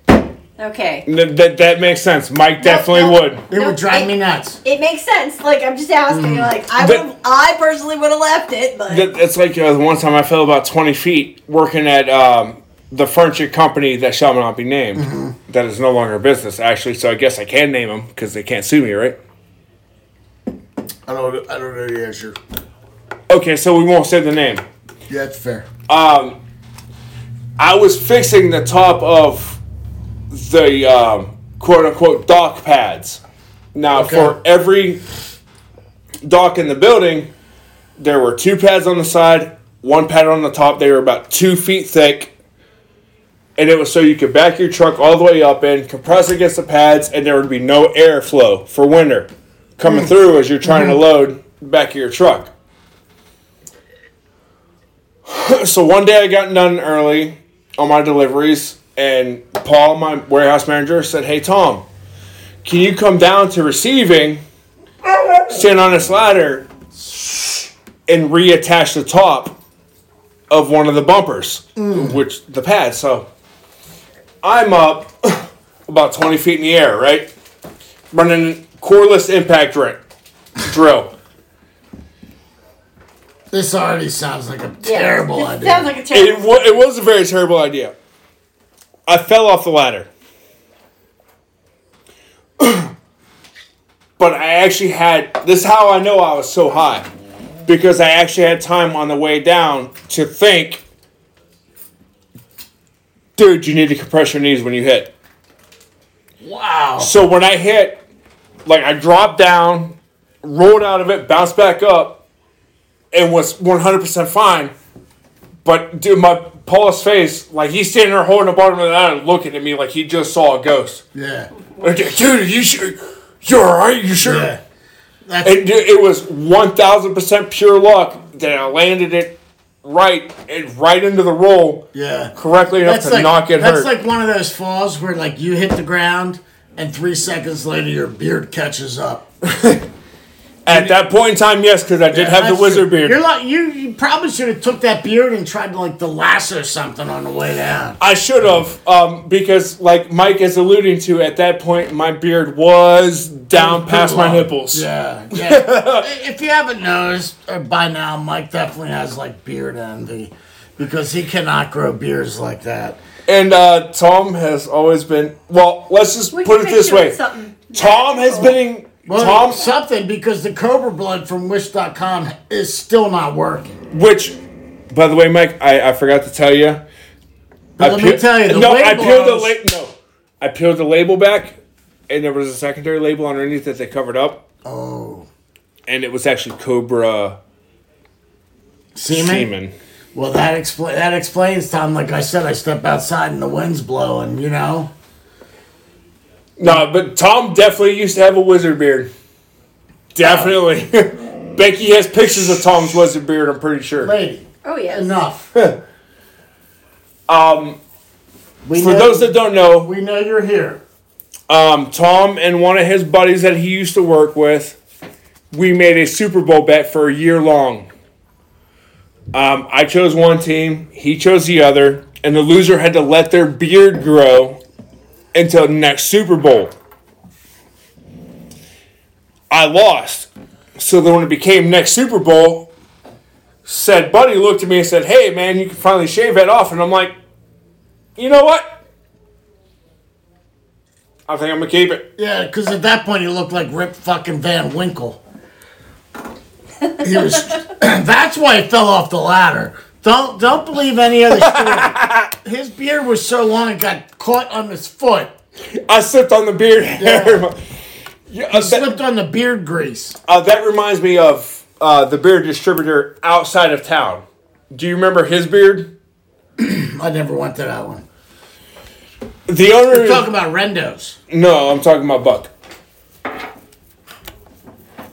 Okay.
Th- that, that makes sense. Mike definitely
no.
would.
It
Nope,
would drive
I-
me nuts.
It makes sense. Like I'm just asking.
Mm.
Like I
But-
would. I personally would have left it, but
That, that's like uh, one time I fell about 20 feet working at um, the furniture company that shall not be named.
Mm-hmm.
That is no longer a business, actually, so I guess I can name them because they can't sue me, right?
I don't. I don't know the answer.
Okay, so we won't say the name.
Yeah, that's fair.
Uh, I was fixing the top of the um, quote unquote dock pads. Now,
Okay.
for every dock in the building, there were two pads on the side, one pad on the top. They were about two feet thick. And it was so you could back your truck all the way up in, compress against the pads, and there would be no airflow for winter coming through as you're trying to load the back of your truck. so one day I got done early on my deliveries, and Paul, my warehouse manager, said, "Hey Tom, can you come down to receiving, stand on this ladder, and reattach the top of one of the bumpers, which the pad?" So I'm up about 20 feet in the air, right, running coreless impact dri- drill.
This already sounds like a
yeah.
terrible
This
idea.
Sounds like a
It,
terrible.
wa- it was a very terrible idea. I fell off the ladder. but I actually had this is how I know I was so high. Because I actually had time on the way down to think Dude, you need to compress your knees when you hit.
wow.
So when I hit, like I dropped down, rolled out of it, bounced back up, and was 100% fine. But dude, my Paul's face, like he's standing there holding the bottom of the ladder, looking at me like he just saw a ghost.
Yeah.
Like, Dude, are you sure? You're all right? You sure?
Yeah. That's
And dude, it was 1,000% pure luck that I landed it right, and right into the roll
yeah.
correctly enough
That's
to
like
not get
that's
hurt.
like one of those falls where like you hit the ground and three seconds later your beard catches up.
At that point in time, yes, because I did have
That's
the wizard
true.
beard.
You're like you, you probably should have took that beard and tried to like the lasso something on the way down.
I should have, um, because like Mike is alluding to, at that point my beard was down past my nipples.
Yeah, yeah. if you haven't noticed uh, by now, Mike definitely has like beard envy because he cannot grow beards like that.
And uh, Tom has always been well. Let's just
We
put
can
it
make
this
sure
way:
it's something.
Tom has been in,
Well,
Tom,
something because the Cobra Blood from Wish.com is still not working.
which, by the way, Mike, I, I forgot to tell you.
But let me tell you, the
no, I
label
peeled the
on
la- no, I peeled the label back, and there was a secondary label underneath that they covered up,
Oh,
and it was actually Cobra
semen.
Semen.
Well, that explains that explains Tom. Like I said, I step outside and the wind's blowing. You know.
No, but Tom definitely used to have a wizard beard. Definitely. Becky has pictures of Tom's wizard beard, I'm pretty sure.
Lady,
Oh yes.
enough. um, we
Um, For
know,
those that don't know,
we know you're here.
um, Tom and one of his buddies that he used to work with, we made a Super Bowl bet for a year long. Um, I chose one team, he chose the other, and the loser had to let their beard grow until next Super Bowl. I lost. So then when it became next Super Bowl, said buddy looked at me and said, Hey man, you can finally shave that off. And I'm like, you know what? I think I'm gonna keep it.
Yeah, because at that point he looked like Rip fucking Van Winkle. He was. that's why he fell off the ladder. Don't don't believe any other story. His beard was so long it got caught on his foot.
I slipped on the beard hair. Yeah, uh, that,
Slipped on the beard grease.
uh, that reminds me of uh, the beard distributor outside of town. Do you remember his beard?
I never went to that one.
The owner.
Talk about Rendos.
no, I'm talking about Buck.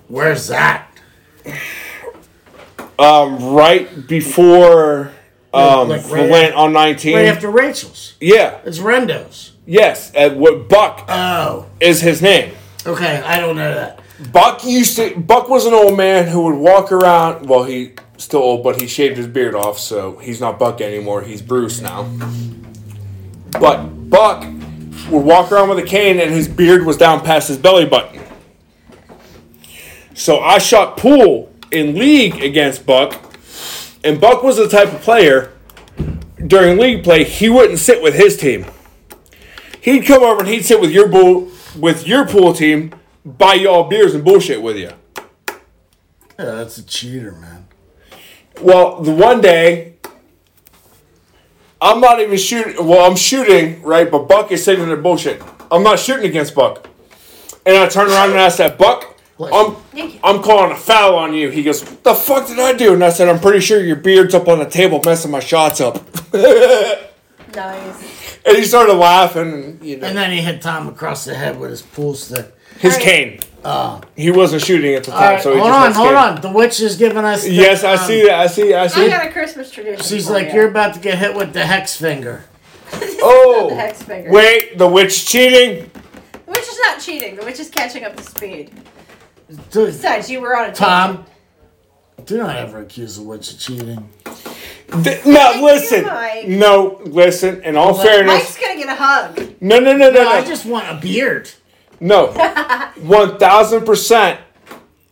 Where's that?
Um, Right before um,
Like
the
right
land on
Right
19.
after Rachel's.
Yeah.
It's Rendos.
Yes. Uh, what Buck
Oh,
is his name.
okay. I don't know that.
Buck used to. Buck was an old man who would walk around. Well, he still old, but he shaved his beard off, so he's not Buck anymore. He's Bruce now. But Buck would walk around with a cane, and his beard was down past his belly button. So I shot pool in league against Buck, and Buck was the type of player during league play he wouldn't sit with his team. He'd come over and he'd sit with your bull with your pool team, buy you all beers and bullshit with you.
Yeah, that's a cheater, man.
Well, the one day, I'm not even shooting. Well, I'm shooting, right? But Buck is sitting there bullshit. I'm not shooting against Buck. And I turn around and I said, Buck, I'm,
Thank you.
I'm calling a foul on you. He goes, What the fuck did I do? And I said, I'm pretty sure your beard's up on the table messing my shots up.
Nice.
And he started laughing. And, you know,
And then he hit Tom across the head with his pool stick.
his
All right.
cane. he wasn't shooting at the time.
Uh. All right,
so he
hold
just
on,
had
hold
skin.
on. The witch is giving us. the,
Yes, I
um,
see that. I see. I
I
see.
got a Christmas tradition.
She's
for
like,
ya.
you're about to get hit with the hex finger.
The
Oh,
hex finger.
wait, the witch cheating.
The witch is not cheating. The witch is catching up to speed.
Dude,
Besides, you were on a
Tom, do not ever accuse the witch of cheating.
Th- no,
you,
listen.
Mike.
No, listen. In all fairness,
Mike's gonna get a hug.
no, no, no, no,
I
no,
just want a beard.
no. One thousand percent.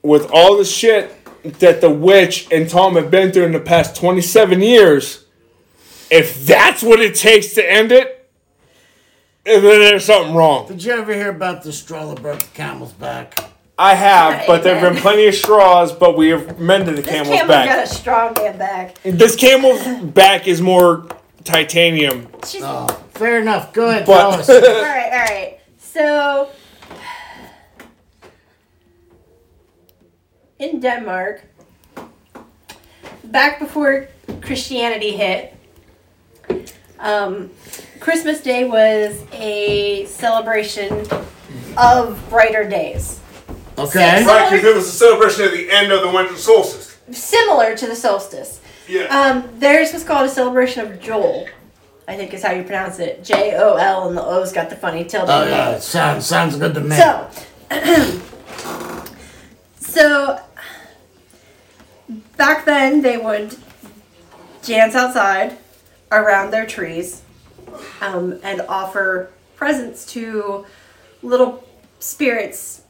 With all the shit that the witch and Tom have been through in the past twenty-seven years, if that's what it takes to end it, then there's something wrong.
Did you ever hear about the straw that broke the camel's back?
I have, but there've been plenty of straws. But we have mended the
This
camel's
camel
back.
got a strong man back.
This camel's back is more titanium.
She's
Fair enough. Go ahead, tell
But
us.
all right, all right. So in Denmark, back before Christianity hit, um, Christmas Day was a celebration of brighter days.
Okay.
Right, 'cause it
was a celebration at the end of the winter solstice.
similar to the solstice.
Yeah.
Um, theirs was called a celebration of Joel. I think is how you pronounce it. J O L, and the O's got the funny tilde.
Oh yeah, it sounds sounds good to me.
So, so back then they would dance outside around their trees um, and offer presents to little spirits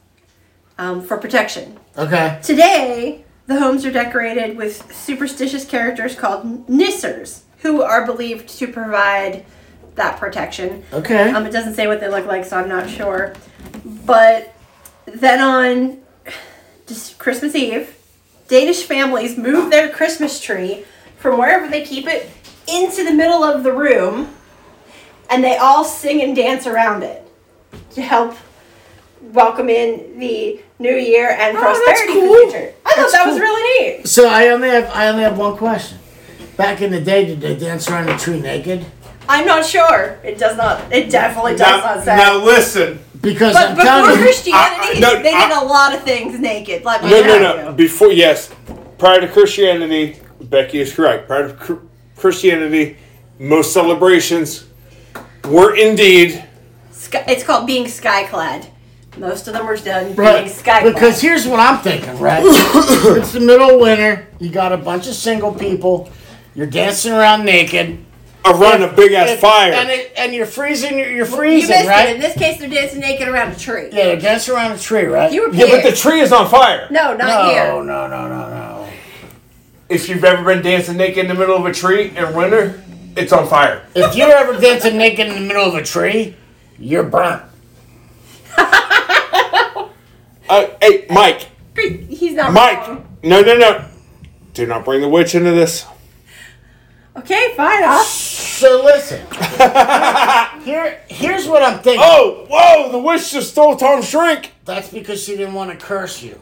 um, for protection.
okay.
Today, the homes are decorated with superstitious characters called nissers, who are believed to provide that protection.
Okay.
Um, it doesn't say what they look like, so I'm not sure. But then on just Christmas Eve, Danish families move their Christmas tree from wherever they keep it into the middle of the room, and they all sing and dance around it to help welcome in the new year
Oh,
and prosperity for the future. I thought that was really neat.
So I only have I only have one question. Back in the day, did they dance around a tree naked?
I'm not sure. It does not. It definitely does
Now,
not say.
now listen.
Because
But
I'm
before
telling you,
Christianity,
I- no,
they did
I-
a lot of things naked. Like
No, no, no. Before, yes. Prior to Christianity, Becky is correct. Prior to cr- Christianity, most celebrations were indeed.
Sky, it's called being skyclad. Most of them were done
Right,
being skyclad.
because here's what I'm thinking, right? it's the middle of winter. You got a bunch of single people. You're dancing around naked.
Around a big ass
If-
fire.
And, it, and you're freezing. You're, you're
you
freezing,
missed it. In
right?
this case, they're dancing naked around a tree.
Yeah, they're dancing around a tree, right?
You were
yeah, but
here.
the tree is on fire.
no, not
no,
here.
no, no, no, no.
If you've ever been dancing naked in the middle of a tree in winter, it's on fire.
If you're ever dancing naked in the middle of a tree, you're burnt.
Uh, hey, Mike.
He's not
Mike.
wrong.
No, no, no. Do not bring the witch into this.
Okay, fine. I'll,
So listen. Here, here's what I'm thinking.
Oh, whoa, the witch just stole Tom Shrink.
That's because she didn't want to curse you.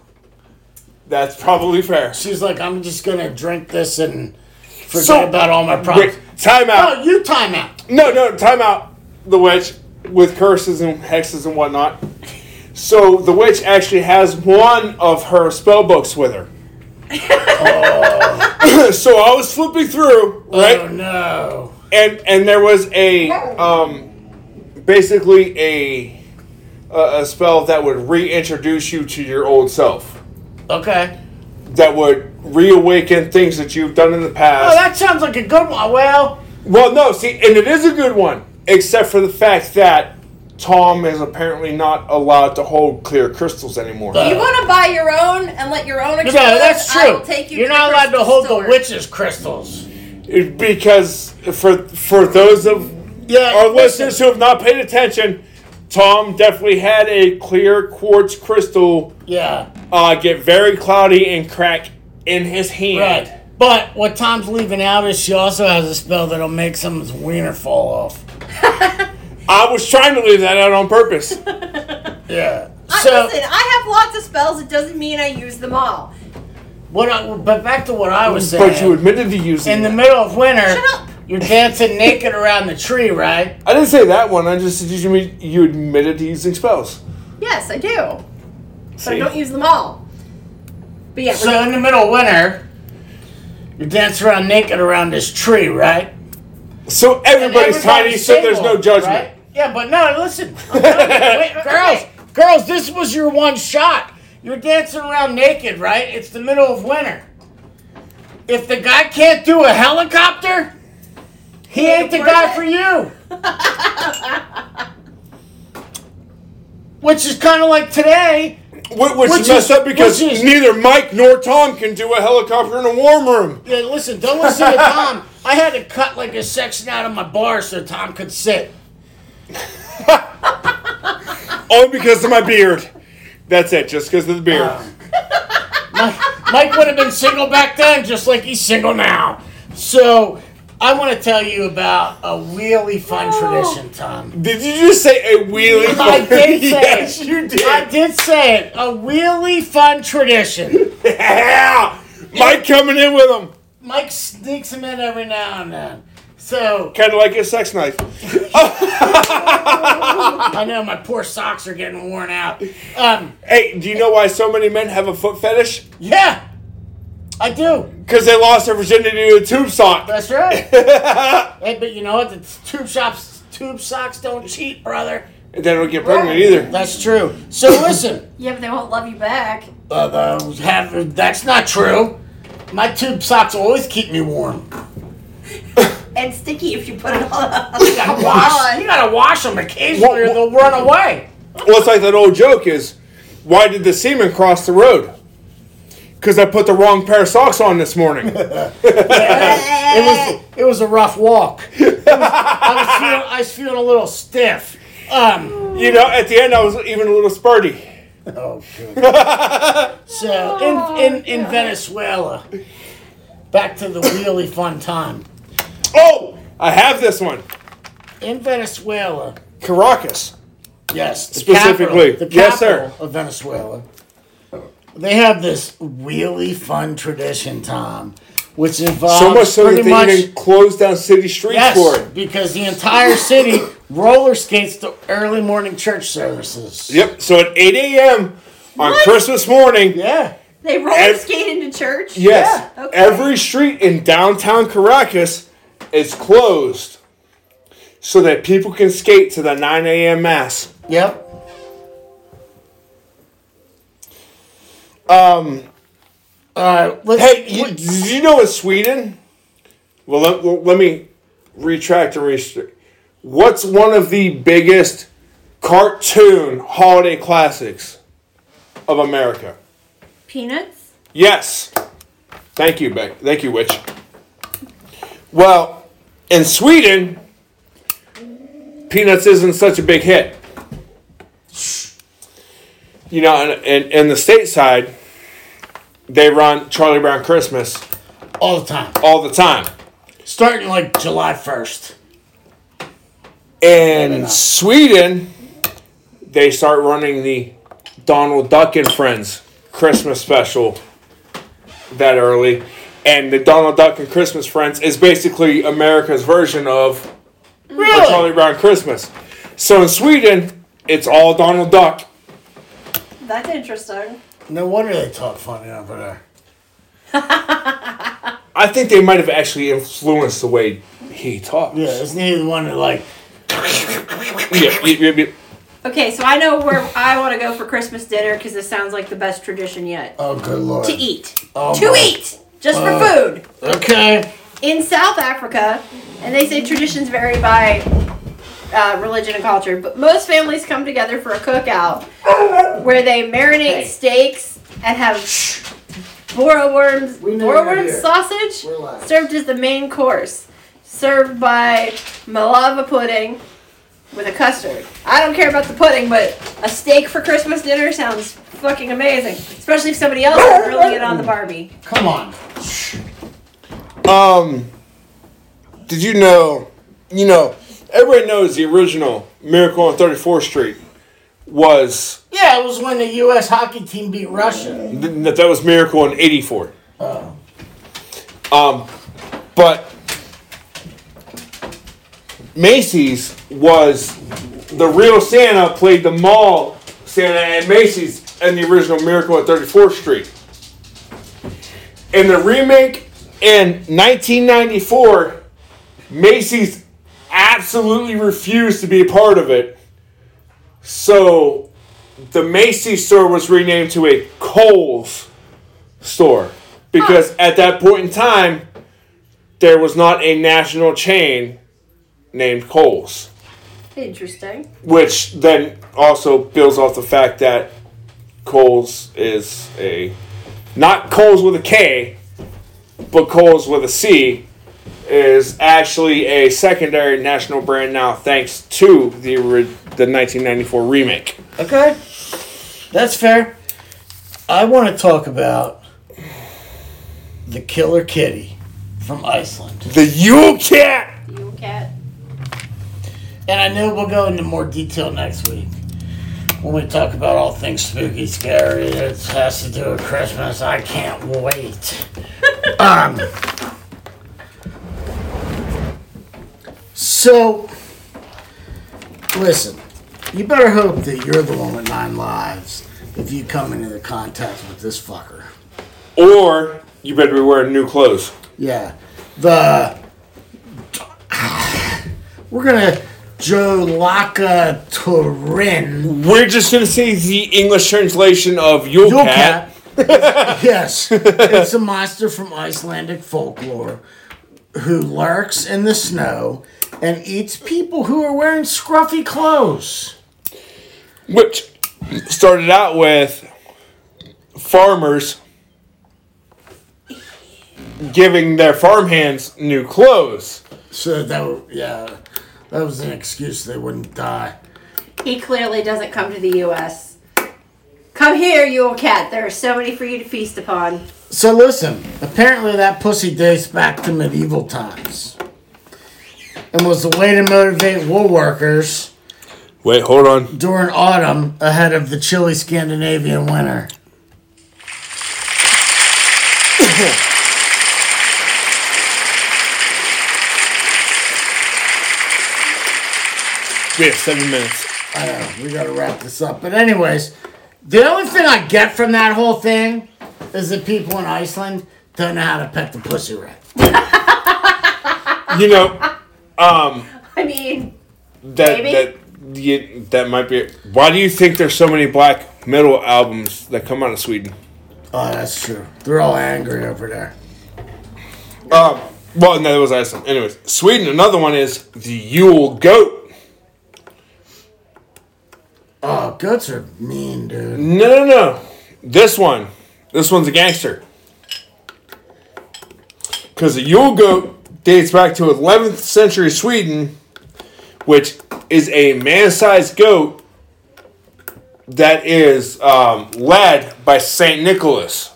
That's probably fair.
She's like, I'm just gonna drink this and forget
So-
about all my problems.
Wait, time
Oh,
out.
you time out.
No, no, time out. The witch with curses and hexes and whatnot. So the witch actually has one of her spell books with her. so I was flipping through, right?
Oh no.
and and there was a um, basically a a a spell that would reintroduce you to your old self.
Okay.
that would reawaken things that you've done in the past.
Oh, that sounds like a good one. Well,
Well, no, see, and it is a good one, except for the fact that Tom is apparently not allowed to hold clear crystals anymore.
You want to buy your own and let your own
no,
explode?
that's
I
true.
will take you
You're
to
not
the
allowed to
crystal
hold
store.
the witch's crystals.
It- because for for those of
Yeah,
our
listen.
listeners who have not paid attention, Tom definitely had a clear quartz crystal
Yeah,
uh, get very cloudy and crack in his hand.
right. But what Tom's leaving out is she also has a spell that'll make someone's wiener fall off.
I was trying to leave that out on purpose.
Yeah.
I,
So
listen, I have lots of spells. It doesn't mean I use them all.
what? I, but back to what I was saying.
but you admitted to using
in the
that.
middle of winter,
Shut up.
you're dancing naked around the tree, right?
I didn't say that one. I just said you, admit- you admitted to using spells.
Yes, I do. But I
See?
don't use them all. But yeah,
So in the middle of winter, you're dancing around naked around this tree, right?
So
And
everybody's tiny,
everybody's
so there's
single,
no judgment.
right? Yeah, but no, listen, I'm telling you, wait, girls, girls, this was your one shot. You're dancing around naked, right? It's the middle of winter. If the guy can't do a helicopter, he ain't the guy for you. Which is kind of like today.
Wh- Which,
Which
is messed
is-
up because
which is-
neither Mike nor Tom can do a helicopter in a warm room.
Yeah, listen, don't listen to Tom. I had to cut like a section out of my bar so Tom could sit.
Only because of my beard. That's it, just because of the beard.
Um. Mike would have been single back then, just like he's single now. So I want to tell you about a really fun tradition, Tom.
Did you just say a wheelie?
Oh. I did say it.
yes, you did.
I did say it. A really fun tradition.
Yeah! Mike coming in with him,
Mike sneaks him in every now and then. So
kind of like a sex knife.
I know my poor socks are getting worn out. Um,
Hey, do you know why so many men have a foot fetish?
yeah, I do.
Because they lost their virginity to a tube sock.
That's right. Hey, but you know what? The tube shops, tube socks don't cheat, brother.
And they don't get pregnant either.
That's true. So listen.
yeah, but they won't love you back.
Uh, those have, that's not true. My tube socks always keep me warm.
And sticky if you put it all up.
You gotta wash. You gotta wash them occasionally, or
Wha-
they'll run away.
Well, it's like that old joke is, why did the semen cross the road? Because I put the wrong pair of socks on this morning.
It was it was a rough walk. It was- I, was feeling, I was feeling a little stiff. Um.
You know, at the end, I was even a little spurty.
Oh, good. So in in in Venezuela, back to the really fun time
Oh, I have this one.
in Venezuela.
Caracas.
Yes, the
Specifically.
capital, the
Yes, sir.
capital of Venezuela. They have this really fun tradition, Tom, which involves
so much so that
Um, pretty
they
much
even closed down city streets for
yes,
it.
because the entire city roller skates to early morning church services.
Yep. So at 8 a.m. on
What?
Christmas morning,
Yeah,
They roller
Ev-
skate into church?
yes,
Yeah, okay.
every street in downtown Caracas is closed so that people can skate to the 9 a.m. mass.
yep. Um. All right. Let's,
Hey, you, did you know in Sweden? Well, let, well, let me retract and restrict. What's one of the biggest cartoon holiday classics of America?
Peanuts?
Yes. Thank you, Beck. Thank you, Witch. Well, in Sweden, Peanuts isn't such a big hit. You know, and, and, and the stateside, they run Charlie Brown Christmas
all the time,
all the time.
starting like July first.
In Sweden, they start running the Donald Duck and Friends Christmas special that early. And the Donald Duck and Christmas Friends is basically America's version of Charlie Brown Christmas. So in Sweden, it's all Donald Duck.
That's interesting.
No wonder they talk funny over there.
I think they might have actually influenced the way he talks.
Yeah, isn't he the one that like?
Yeah, yeah, yeah, yeah.
Okay, so I know where I want to go for Christmas dinner because this sounds like the best tradition yet.
Oh, good lord.
to eat.
Oh,
to
my- Uh,
eat, just for
Wow.
food.
Okay.
In South Africa, and they say traditions vary by uh, religion and culture, but most families come together for a cookout where they marinate
Hey.
steaks and have Bora worms,
We know
Bora
you're
worms
here.
sausage
We're live.
served as the main course, served by malava pudding with a custard. I don't care about the pudding, but a steak for Christmas dinner sounds fucking amazing, especially if somebody else is grilling it on the Barbie.
Come on.
Um, did you know? You know, everybody knows the original Miracle on 34th Street was
Yeah, it was when the U.S. hockey team beat Russia.
th- that that was Miracle in '84.
Oh.
Um, but Macy's was the real Santa played the mall Santa at Macy's in the original Miracle at 34th Street. In the remake in 1994, Macy's absolutely refused to be a part of it. So the Macy's store was renamed to a Kohl's store because at that point in time, there was not a national chain named Kohl's,
Interesting.
which then also builds off the fact that Kohl's is a not Kohl's with a K, but Kohl's with a C is actually a secondary national brand now thanks to the ori- the 1994 remake.
Okay. That's fair. I want to talk about the killer kitty from Iceland.
The Yule Cat.
You cat.
And I know we'll go into more detail next week when we talk about all things spooky, scary. It has to do with Christmas. I can't wait. um, so, listen, you better hope that you're the one with nine lives if you come into the contact with this fucker.
Or you better be wearing new clothes.
Yeah. The we're gonna Joe Laka Turin.
We're just gonna say the English translation of Yule,
Yule
Cat.
cat. yes. It's a monster from Icelandic folklore who lurks in the snow and eats people who are wearing scruffy clothes.
which started out with farmers giving their farmhands new clothes.
So that w- yeah, that was an excuse they wouldn't die.
He clearly doesn't come to the U.S. Come here, you old cat. There are so many for you to feast upon.
So listen, apparently that pussy dates back to medieval times. And was a way to motivate wool workers
Wait, hold on.
during autumn ahead of the chilly Scandinavian winter.
We have seven minutes.
I know, we gotta wrap this up. But anyways, the only thing I get from that whole thing is that people in Iceland don't know how to pet the pussy right.
You know
I mean,
that
Maybe.
that yeah, that might be. Why do you think there's so many black metal albums that come out of Sweden?
Oh, that's true. They're all angry over there.
Um, well, no, that was Iceland. Anyways, Sweden. Another one is the Yule Goat.
Oh, goats are mean, dude.
No, no, no. This one. This one's a gangster. Because the Yule goat dates back to 11th century Sweden, which is a man sized goat that is um, led by St. Nicholas.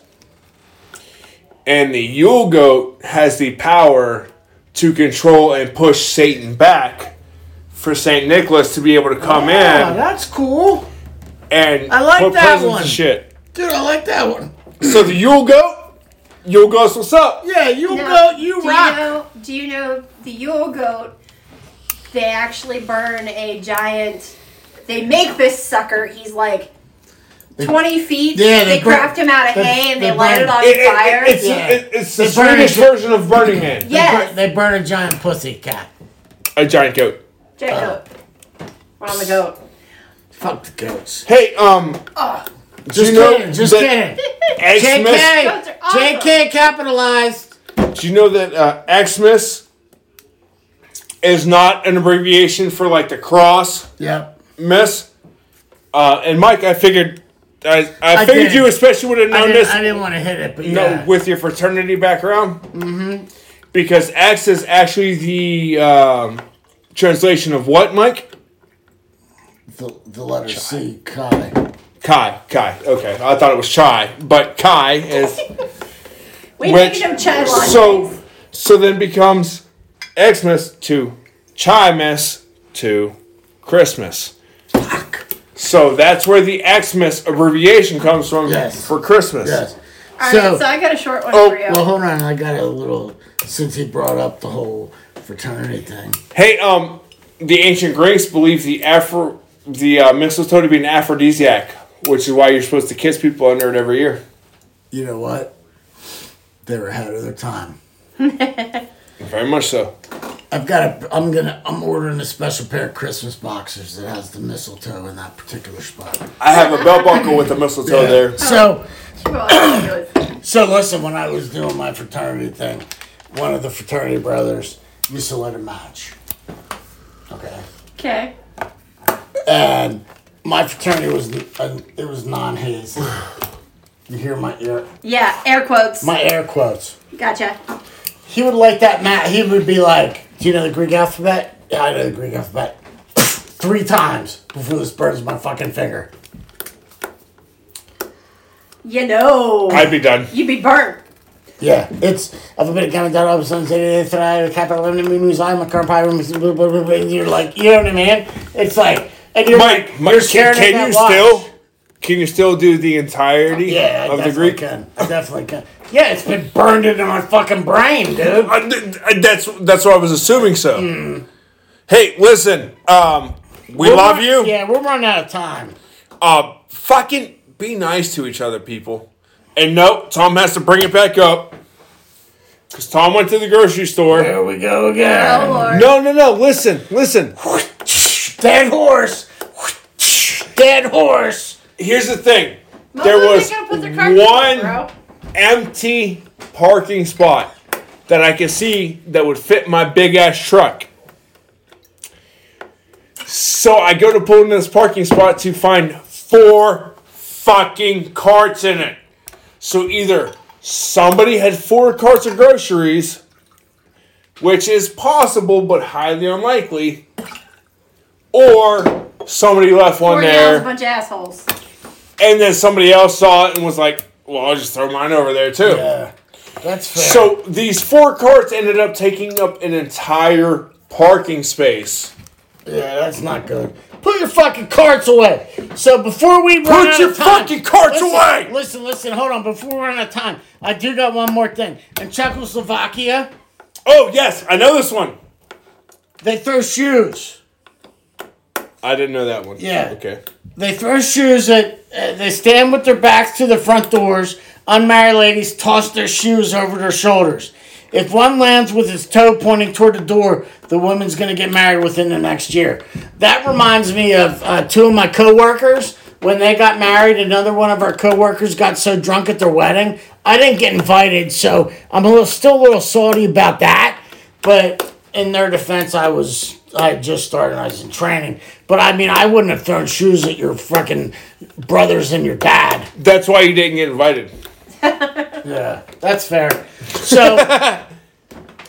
And the Yule goat has the power to control and push Satan back for St. Nicholas to be able to come
Yeah,
in
that's cool.
and
Ah, I like that
presents
one.
and Shit.
Dude, I like that one.
So the Yule Goat, Yule Goat's what's up?
Yeah, you
now,
go, you
do
rock.
You know, do you know the Yule goat? They actually burn a giant. They make this sucker. He's like twenty feet.
Yeah, they
they,
burn-
craft him out of
they-
hay and
they
they, light it
burn-
on
It- it-
fire.
it's
Yeah.
it- it's the
They burn
Swedish
it.
version of Burning Man.
yes,
They burn a giant pussy cat.
A giant goat.
Jack goat. We're on the goat.
Fuck the goats.
Hey, um,
Just
you know
kidding. Just
that-
kidding.
Xmas.
Those
JK.
are awesome.
JK capitalized.
Do you know that uh, Xmas is not an abbreviation for like the cross?
Yep.
Miss. Uh, and Mike, I figured, I, I,
I
figured
did.
you especially would have
I
known
didn't,
this.
I didn't want to hit it, but
No,
yeah.
with your fraternity background. Mm-hmm. Because X is actually the um, translation of what, Mike?
the, the letter C, Kai.
Kai. Kai. Okay, I thought it was Chai, but Kai is.
We
Which-
make them chai lattes.
So, so then becomes Xmas to Chimus to Christmas. So that's where the Xmas abbreviation comes from
Yes.
for Christmas.
Yes.
All right,
so-
so, I got a short one
Oh,
for you.
Well, hold on. I got a little since he brought up the whole fraternity thing.
Hey, um, the ancient Greeks believed the Afro, the uh, mistletoe to be an aphrodisiac, which is why you're supposed to kiss people under it every year.
You know what? They were ahead of their time.
Very much so.
I've got a. I'm gonna. I'm ordering a special pair of Christmas boxers that has the mistletoe in that particular spot.
I have a belt buckle with the mistletoe Oh, there.
So.
Well,
So listen, when I was doing my fraternity thing, one of the fraternity brothers used to let it match. Okay.
okay.
And my fraternity was uh, it was non-hazy. You hear my air
Yeah, air quotes.
my air quotes.
gotcha.
He would like that mat. He would be like, "Do you know the Greek alphabet?" Yeah, I know the Greek alphabet. Three times before this burns my fucking finger.
You know.
I'd be done.
You'd be burnt.
Yeah, it's I've been kind of done all of a sudden today that I capital in the movies I'm a car pirate blah, blah, blah, blah, and you're like you know what I mean? It's like and you're
Mike,
like,
Mike
you're
can,
staring at
can
that
you
watch.
still? Can you still do the entirety
yeah I
of the
definitely
Greek?
Can. I definitely can. Yeah, it's been burned into my fucking brain, dude.
I- th- I- that's that's what I was assuming. So, hey, listen, um, we
We're
love
run-
you.
Yeah, we're running out of time.
Uh, fucking be nice to each other, people. And no, Tom has to bring it back up because Tom went to the grocery store.
There we go again.
Oh, Lord.
No, no, no. Listen, listen.
Dead horse. Dead horse.
Here's the thing.
Most
There
of them
was
gotta put their cards down,
one-
bro.
empty parking spot that I could see that would fit my big ass truck. So I go to pull in this parking spot to find four fucking carts in it. So either somebody had four carts of groceries, which is possible but highly unlikely, or somebody left one
Or
there
a bunch of assholes.
and then somebody else saw it and was like, "Well, I'll just throw mine over there too."
Yeah, that's fair.
So these four carts ended up taking up an entire parking space.
Yeah, that's not good. Put your fucking carts away. So before we run out
your
of time,
fucking carts
listen,
away!
Listen, listen, hold on. Before we run out of time, I do got one more thing. In Czechoslovakia,
Oh yes, I know this one.
they throw shoes.
I didn't know that one.
Yeah.
Okay.
They throw shoes at. Uh, they stand with their backs to the front doors. Unmarried ladies toss their shoes over their shoulders. If one lands with his toe pointing toward the door, the woman's gonna get married within the next year. That reminds me of uh, two of my coworkers. When they got married, another one of our coworkers got so drunk at their wedding. I didn't get invited, so I'm a little, still a little salty about that. But in their defense, I was I had just started. I was in training, but I mean, I wouldn't have thrown shoes at your fucking brothers and your dad.
That's why you didn't get invited.
Yeah, that's fair. So,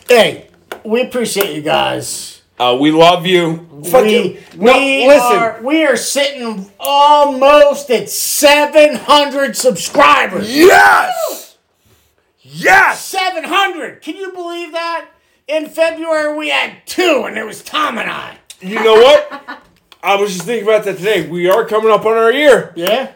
hey, we appreciate you guys.
Uh, we love you. Fuck you.
We,
No,
we
listen.
are we are sitting almost at seven hundred subscribers.
Yes. Yes.
Seven hundred! Can you believe that? In February we had two, and it was Tom and I.
You know what? I was just thinking about that today. We are coming up on our year.
Yeah,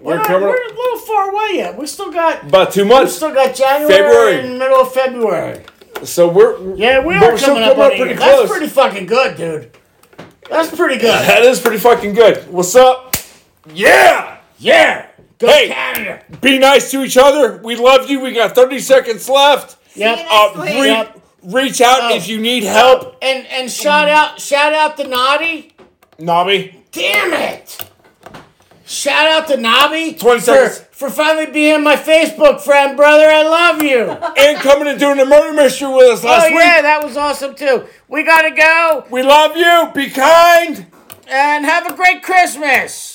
We're
we're,
coming
we're
up
a little far away yet. We still got
about two
We
months.
still got January
February.
and middle of February.
So we're
Yeah, we
but
are
we're still
coming up, on a
pretty
year.
close.
That's pretty fucking good, dude. That's pretty good.
That is pretty fucking good. What's up? Yeah!
yeah. Go
Hey.
Canada.
Be nice to each other. We love you. We got 30 seconds left.
Yep.
you
Uh,
next week.
re-
Yep.
Reach out
Oh.
if you need help.
And and shout out shout out the naughty.
Nami.
Damn it. Shout out to Nobby
20
for,
seconds.
for finally being my Facebook friend, brother. I love you. oh,
And coming and doing the murder mystery with us last week.
yeah, that was awesome, too. We got to go
We love you. Be kind.
and have a great Christmas.